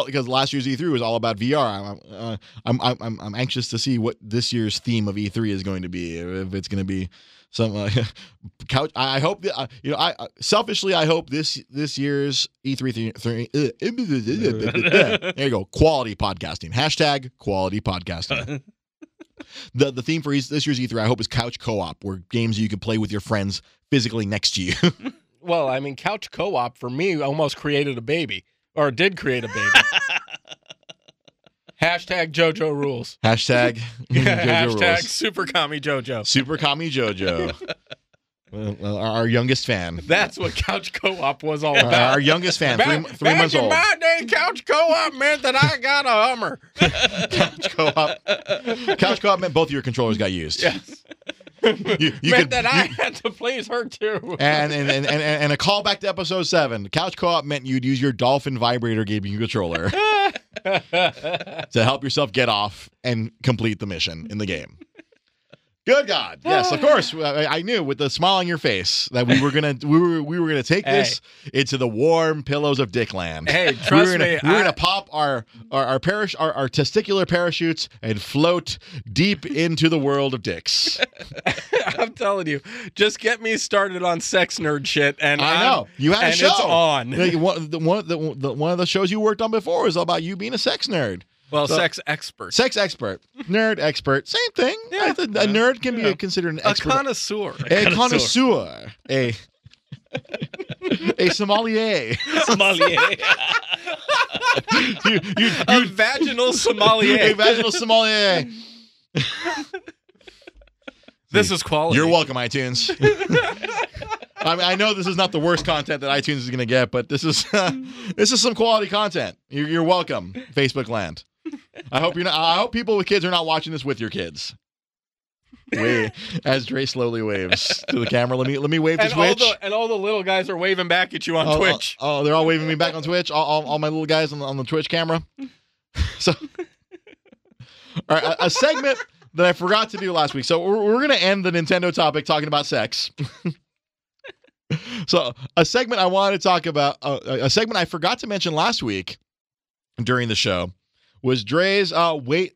Speaker 1: because last year's E3 was all about VR. I'm, uh, E I'm I'm I'm anxious to see what this year's theme of E3 is going to be. If it's going to be some uh, couch. I I hope that uh, you know. I I- selfishly, I hope this this year's E3 th- three. uh, there you go. Quality podcasting. Hashtag quality podcasting. The the theme for E- this year's E3, I hope, is couch co-op, where games you can play with your friends physically next to you.
Speaker 3: Well, I mean, couch co-op for me almost created a baby, or did create a baby. Hashtag JoJo rules.
Speaker 1: Hashtag JoJo
Speaker 3: Hashtag
Speaker 1: rules.
Speaker 3: Super Kami JoJo.
Speaker 1: Super Kami JoJo. Well, well, our our youngest fan.
Speaker 3: That's what couch co-op was all
Speaker 1: Our- our
Speaker 3: about.
Speaker 1: youngest fan, three,
Speaker 3: back,
Speaker 1: three
Speaker 3: back
Speaker 1: months
Speaker 3: in
Speaker 1: old.
Speaker 3: my day, couch co-op meant that I got a Hummer.
Speaker 1: Couch co-op. Couch co-op meant both of your controllers got used.
Speaker 3: Yes.
Speaker 1: You, you
Speaker 3: meant
Speaker 1: could,
Speaker 3: that
Speaker 1: you-
Speaker 3: I had to please her too.
Speaker 1: and, and, and, and, and a callback to episode seven. Couch co-op meant you'd use your dolphin vibrator gaming controller to help yourself get off and complete the mission in the game. Good God! Yes, of course. I, I knew with the smile on your face that we were gonna we were we were gonna take this into the warm pillows of Dickland.
Speaker 3: hey,
Speaker 1: We
Speaker 3: trust
Speaker 1: we're gonna,
Speaker 3: me.
Speaker 1: we were
Speaker 3: I-
Speaker 1: gonna pop our our our, parach- our our testicular parachutes and float deep into the world of dicks.
Speaker 3: I'm telling you, just get me started on sex nerd shit, and
Speaker 1: I
Speaker 3: I'm-
Speaker 1: know you had a
Speaker 3: Um, and
Speaker 1: show.
Speaker 3: it's
Speaker 1: You
Speaker 3: on.
Speaker 1: know, you- one, the, one, the, the, one of the shows you worked on before was about you being a sex nerd,
Speaker 3: Well,
Speaker 1: So-
Speaker 3: sex expert,
Speaker 1: sex expert, nerd expert, same thing.
Speaker 3: Yeah.
Speaker 1: I think a nerd can be
Speaker 2: Yeah.
Speaker 1: considered an
Speaker 3: a
Speaker 1: expert,
Speaker 3: connoisseur.
Speaker 1: a
Speaker 2: connoisseur.
Speaker 1: connoisseur, a a sommelier.
Speaker 2: Somalia.
Speaker 1: you, you,
Speaker 3: A vaginal sommelier.
Speaker 1: a vaginal sommelier.
Speaker 3: this is quality.
Speaker 1: You're welcome, iTunes. I mean, I know this is not the worst content that iTunes is going to get, but this is this is some quality content. You're, you're welcome, Facebook land. I hope you're not. I hope people with kids are not watching this with your kids. Wait, as Dre slowly waves to the camera. Let me let me wave
Speaker 3: And
Speaker 1: this
Speaker 3: all,
Speaker 1: witch.
Speaker 3: the, and all the little guys are waving back at you on
Speaker 1: Oh,
Speaker 3: Twitch.
Speaker 1: Oh, oh, they're all waving me back on Twitch. All, all, all my little guys on the, on the Twitch camera. So, all right, a, a segment that I forgot to do last week. So we're, we're going to end the Nintendo topic talking about sex. so a segment I wanted to talk about, uh, a a segment I forgot to mention last week during the show was Dre's uh, weight,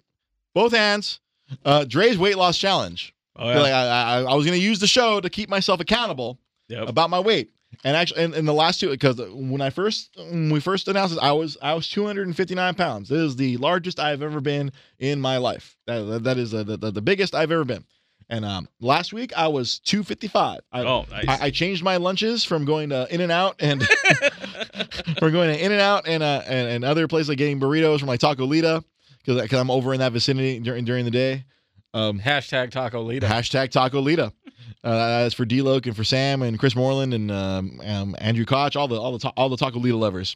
Speaker 1: both hands, uh, Dre's weight loss challenge.
Speaker 2: Oh, yeah.
Speaker 1: Like I, I, I was going to use the show to keep myself accountable
Speaker 2: Yep.
Speaker 1: about my weight. And actually, in, in the last two, because when I first when we first announced this, I was I was 259 pounds. This is the largest I've ever been in my life. That that- that is uh, the, the the biggest I've ever been. And um, last week I was 255. I,
Speaker 2: Oh, nice.
Speaker 1: I, I changed my lunches from going to In and Out and from going to In and Out and uh and, and other places like getting burritos from like Taco Lita because I'm over in that vicinity during during the day. Um,
Speaker 3: Hashtag Taco Lita.
Speaker 1: Hashtag Taco Lita. Uh, that's for D Loke and for Sam and Chris Moreland and um, um, Andrew Koch, all the all the ta- all the Taco Lita lovers.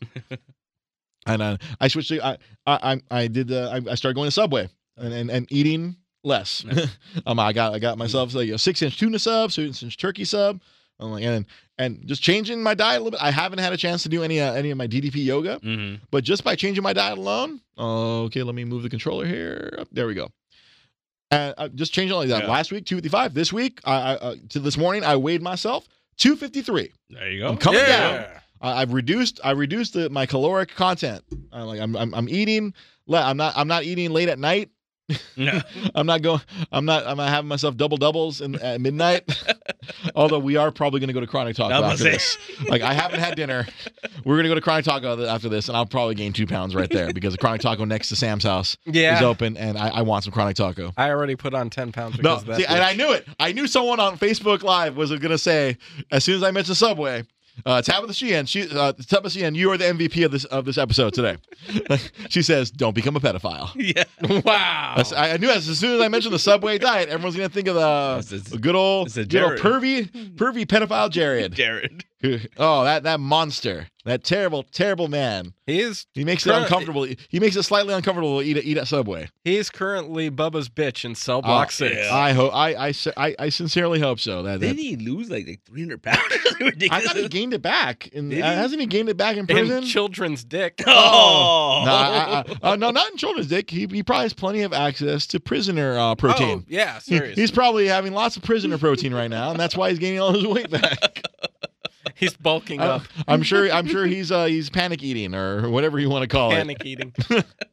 Speaker 1: and uh, I switched. To, I I I- I did. Uh, I, I started going to Subway and and, and eating less. um, I got I got myself like a six inch tuna sub, six inch turkey sub. I'm like and and just changing my diet a little bit. I haven't had a chance to do any uh, any of my DDP yoga.
Speaker 2: hmm
Speaker 1: But just by changing my diet alone, okay, let me move the controller here. Up, There we go. And I just changed it like that.
Speaker 2: Yeah.
Speaker 1: Last week, 255. This week, I, I uh, to this morning, I weighed myself 253.
Speaker 2: There you go.
Speaker 1: I'm coming
Speaker 2: yeah.
Speaker 1: down. I, I've reduced I reduced the, my caloric content. I'm like I'm I'm, I'm eating. le- I'm not I'm not eating late at night.
Speaker 2: Yeah.
Speaker 1: I'm not going. I'm not. I'm not having myself double doubles in, at midnight. Although we are probably going to go to chronic talk
Speaker 2: That
Speaker 1: after
Speaker 2: was
Speaker 1: this. Like I haven't had dinner. We're going to go to chronic taco after this, and I'll probably gain two pounds right there because the chronic taco next to Sam's house is
Speaker 3: Yeah.
Speaker 1: open, and I, I want some chronic taco.
Speaker 3: I already put on 10 pounds
Speaker 1: No,
Speaker 3: because of that.
Speaker 1: see, and I knew it. I knew someone on Facebook Live was going to say as soon as I mentioned Subway. Uh, Tabitha Sheehan, she, uh, Tabitha Sheehan, you are the MVP of this of this episode today. she says, "Don't become a pedophile."
Speaker 2: yeah.
Speaker 3: bitch.
Speaker 2: Oh.
Speaker 3: wow.
Speaker 1: That's- I I knew as, as soon as I mentioned the Subway diet, everyone's gonna think of
Speaker 2: It's-
Speaker 1: the
Speaker 2: it's-
Speaker 1: good old,
Speaker 2: it's a
Speaker 1: good old
Speaker 2: Jared.
Speaker 1: pervy, pervy pedophile Jared.
Speaker 2: Jared.
Speaker 1: oh, that that monster, that terrible, terrible man.
Speaker 3: he is
Speaker 1: He makes it
Speaker 3: Cur-
Speaker 1: uncomfortable. He makes it slightly uncomfortable to eat at, eat at Subway.
Speaker 3: he is currently Bubba's bitch in cell block
Speaker 1: Oh,
Speaker 3: six.
Speaker 2: yeah.
Speaker 1: I hope. I, I si- I I sincerely hope so. That,
Speaker 2: Didn't
Speaker 1: that
Speaker 2: he lose like, like 300 pounds?
Speaker 1: I thought he
Speaker 2: Ridiculous.
Speaker 1: gained it back. And
Speaker 2: Did he?
Speaker 1: hasn't he gained it back in
Speaker 3: And
Speaker 1: prison?
Speaker 3: children's dick.
Speaker 2: Oh.
Speaker 1: no, I, I, uh, no, not in children's dick. He, he probably has plenty of access to prisoner uh, protein.
Speaker 3: Oh, yeah,
Speaker 1: He-
Speaker 3: serious.
Speaker 1: he's probably having lots of prisoner protein right now, and that's why he's gaining all his weight back.
Speaker 3: He's bulking
Speaker 1: I-
Speaker 3: up,
Speaker 1: I'm sure. I'm sure he's uh, he's panic eating or whatever you want to call
Speaker 3: panic eating.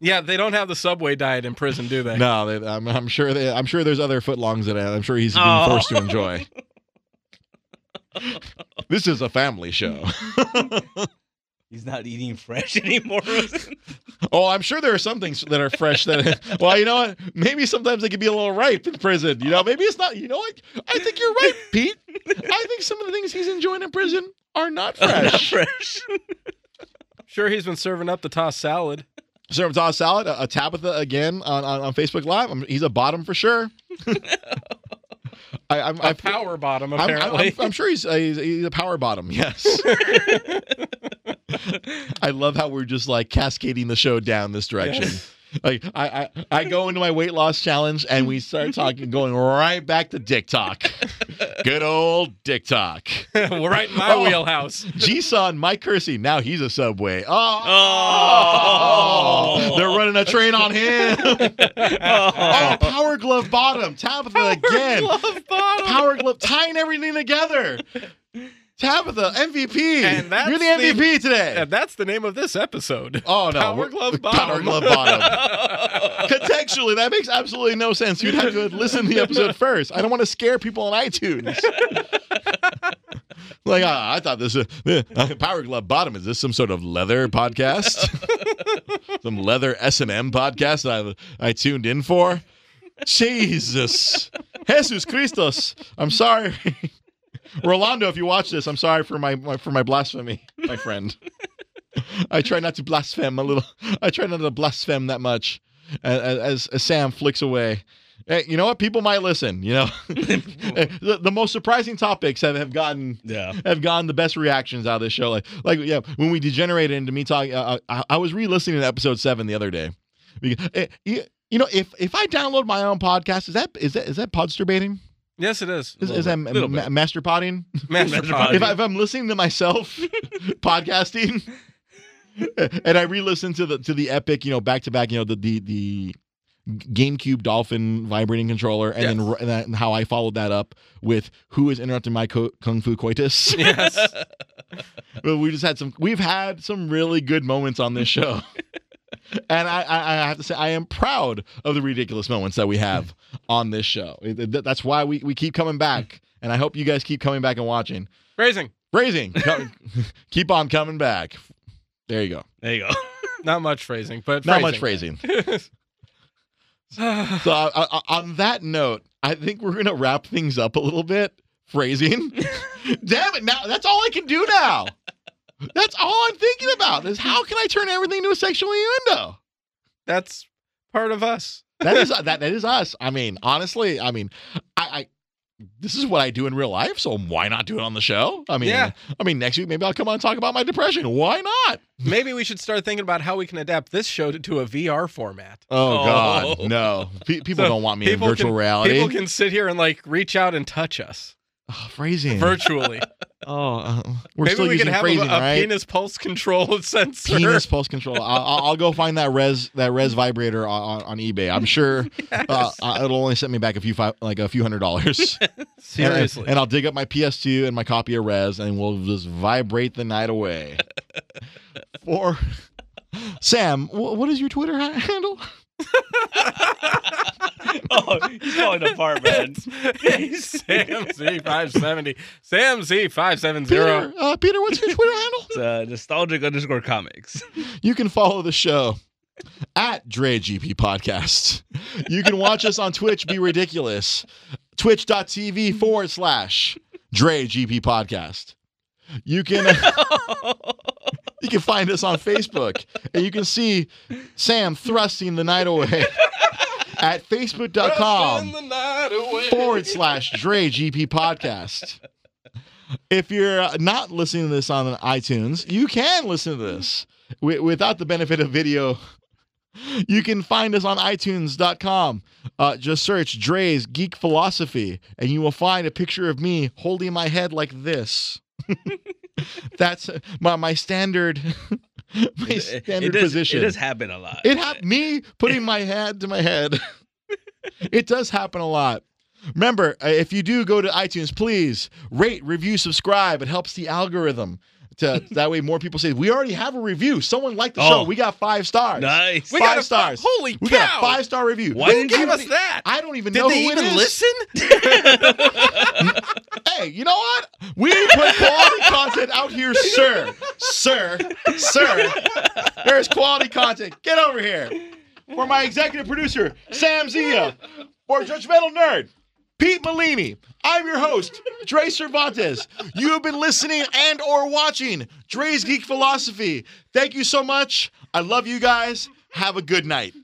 Speaker 3: yeah, they don't have the subway diet in prison, do they?
Speaker 1: it. No, they, I'm, I'm sure. They, I'm sure there's other footlongs that I'm sure he's being
Speaker 2: Oh.
Speaker 1: forced to enjoy. This is a family show.
Speaker 2: He's not eating fresh anymore.
Speaker 1: oh, I'm sure there are some things that are fresh that. Well, you know what? Maybe sometimes they can be a little ripe in prison. You know, maybe it's not. You know what? I think you're right, Pete. I think some of the things he's enjoying in prison are not
Speaker 2: not
Speaker 1: fresh.
Speaker 2: fresh.
Speaker 3: Sure, he's been serving up the tossed salad.
Speaker 1: Serve toss salad, a, a Tabitha again on, on, on Facebook Live. I'm, he's a bottom for sure. I, I'm,
Speaker 3: A
Speaker 1: I,
Speaker 3: power bottom,
Speaker 1: I'm, I'm,
Speaker 3: apparently.
Speaker 1: I'm, I'm sure he's, uh, he's he's a power bottom. Yes. I love how we're just like cascading the show down this direction. Like I, I I go into my weight loss challenge and we start talking, going right back to dick talk. Good old dick talk.
Speaker 3: We're right in my
Speaker 1: Oh.
Speaker 3: wheelhouse.
Speaker 1: G-Son, Mike Kersey, now he's a subway. Oh,
Speaker 2: Oh.
Speaker 1: they're running a train on him. oh,
Speaker 2: Oh.
Speaker 1: power glove bottom, Tabitha again.
Speaker 3: Love bottom.
Speaker 1: Power glove tying everything together. Tabitha, MVP.
Speaker 3: And that's
Speaker 1: You're the
Speaker 3: the-
Speaker 1: MVP today.
Speaker 3: And that's the name of this episode.
Speaker 1: Oh no!
Speaker 3: Power
Speaker 1: we're-
Speaker 3: glove
Speaker 1: Power
Speaker 3: bottom.
Speaker 1: glove bottom. Contextually, that makes absolutely no sense. You'd have to listen to the episode first. I don't want to scare people on iTunes. like ah, I thought this uh, uh, power glove bottom is this some sort of leather podcast? some leather S and M podcast that I I tuned in for. Jesus, Jesus Christos! I'm sorry, Rolando. If you watch this, I'm sorry for my, my for my blasphemy, my friend. I try not to blaspheme a little. I try not to blaspheme that much as, as, as Sam flicks away. Hey, you know what? People might listen. You know, the, the most surprising topics have, have gotten
Speaker 2: Yeah.
Speaker 1: have gotten the best reactions out of this show. Like, like yeah, when we degenerated into me talking, uh, I, I was re-listening to episode seven the other day. Because, eh, you, you know, if if I download my own podcast, is that is that is that podster baiting?
Speaker 3: Yes, it is.
Speaker 1: Is,
Speaker 2: Little
Speaker 1: is that
Speaker 2: bit,
Speaker 1: ma-
Speaker 2: little bit.
Speaker 1: ma- master potting?
Speaker 3: Master
Speaker 2: Master
Speaker 3: Pod.
Speaker 1: if, I, if I'm listening to myself podcasting and I re-listen to the to the epic, you know, back to back, you know, the the the GameCube Dolphin vibrating controller, and then
Speaker 3: Yes.
Speaker 1: r- and, that, and how I followed that up with who is interrupting my co- kung fu coitus.
Speaker 3: Yes.
Speaker 1: But we just had some. We've had some really good moments on this show. And I, I, I have to say, I am proud of the ridiculous moments that we have on this show. It- it- That's why we, we keep coming back. And I hope you guys keep coming back and watching.
Speaker 3: Phrasing.
Speaker 1: Phrasing. Co- keep on coming back. There you go.
Speaker 2: There you go.
Speaker 3: Not much phrasing, but
Speaker 1: Not much phrasing. So uh, uh, on that note, I think we're gonna wrap things up a little bit. Phrasing. Damn it! Now that's all I can do now. That's all I'm thinking about is how can I turn everything into a sexual innuendo?
Speaker 3: That's part of us.
Speaker 1: That is uh, that that is us. I mean, honestly, I mean, I. I this is what I do in real life, so why not do it on the show? I mean,
Speaker 3: Yeah.
Speaker 1: I mean, next week maybe I'll come on and talk about my depression. Why not?
Speaker 3: Maybe we should start thinking about how we can adapt this show to, to a VR format.
Speaker 1: Oh,
Speaker 2: Oh.
Speaker 1: God, no! Pe- people
Speaker 3: So
Speaker 1: don't want me in
Speaker 3: people
Speaker 1: virtual
Speaker 3: can-
Speaker 1: reality.
Speaker 3: People can sit here and like reach out and touch us
Speaker 1: oh, phrasing.
Speaker 3: virtually.
Speaker 1: oh, uh, we're
Speaker 3: Maybe
Speaker 1: still
Speaker 3: we
Speaker 1: using
Speaker 3: can have
Speaker 1: phrasing,
Speaker 3: a, a
Speaker 1: right?
Speaker 3: penis pulse control sensor.
Speaker 1: penis pulse control. I'll, I'll I'll go find that res that res vibrator on, on- on eBay. I'm sure uh, uh, it'll only set me back a few fi- like a few hundred dollars. And-
Speaker 3: Seriously.
Speaker 1: and, I'll dig up my PS2 and my copy of Res, and we'll just vibrate the night away. For Sam, wh- what is your Twitter ha- handle?
Speaker 2: Oh, he's falling apart, man.
Speaker 3: Sam Z five seventy. Sam Z five seven
Speaker 1: Peter,
Speaker 3: zero.
Speaker 1: uh, Peter, what's your Twitter handle?
Speaker 2: It's uh, nostalgic underscore comics.
Speaker 1: You can follow the show at DreGP Podcast. You can watch us on Twitch, be ridiculous. Twitch.tv forward slash DreGP Podcast. You can uh, you can find us on Facebook and you can see Sam thrusting the night away at Facebook.com forward slash Dre GP podcast. If you're uh, not listening to this on iTunes, you can listen to this wi- without the benefit of video. You can find us on iTunes.com. Uh, just search Dre's Geek Philosophy, and you will find a picture of me holding my head like this. That's uh, my, my standard, my
Speaker 2: It- it-
Speaker 1: standard
Speaker 2: it does,
Speaker 1: position.
Speaker 2: It does happen a lot.
Speaker 1: It hap- me putting my hand to my head. it does happen a lot. Remember, uh, if you do go to iTunes, please rate, review, subscribe. It helps the algorithm. To, that way, more people say we already have a review. Someone liked the show.
Speaker 2: Oh.
Speaker 1: We got five stars.
Speaker 2: Nice.
Speaker 3: We
Speaker 1: Five
Speaker 3: got a,
Speaker 1: stars.
Speaker 3: Holy
Speaker 1: We
Speaker 3: cow!
Speaker 1: got a five star review.
Speaker 2: Why
Speaker 3: Who
Speaker 2: didn't
Speaker 3: gave
Speaker 2: you?
Speaker 3: us that?
Speaker 1: I don't even
Speaker 3: Did
Speaker 1: know
Speaker 3: they
Speaker 1: who it
Speaker 3: even
Speaker 1: is.
Speaker 3: listen?
Speaker 1: Hey, hey, you know what? We put quality content out here, sir, sir, sir. There's quality content. Get over here. For my executive producer, Sam Zia. For Judgmental Nerd, Pete Malini. I'm your host, Dre Cervantes. You have been listening and or watching Dre's Geek Philosophy. Thank you so much. I love you guys. Have a good night.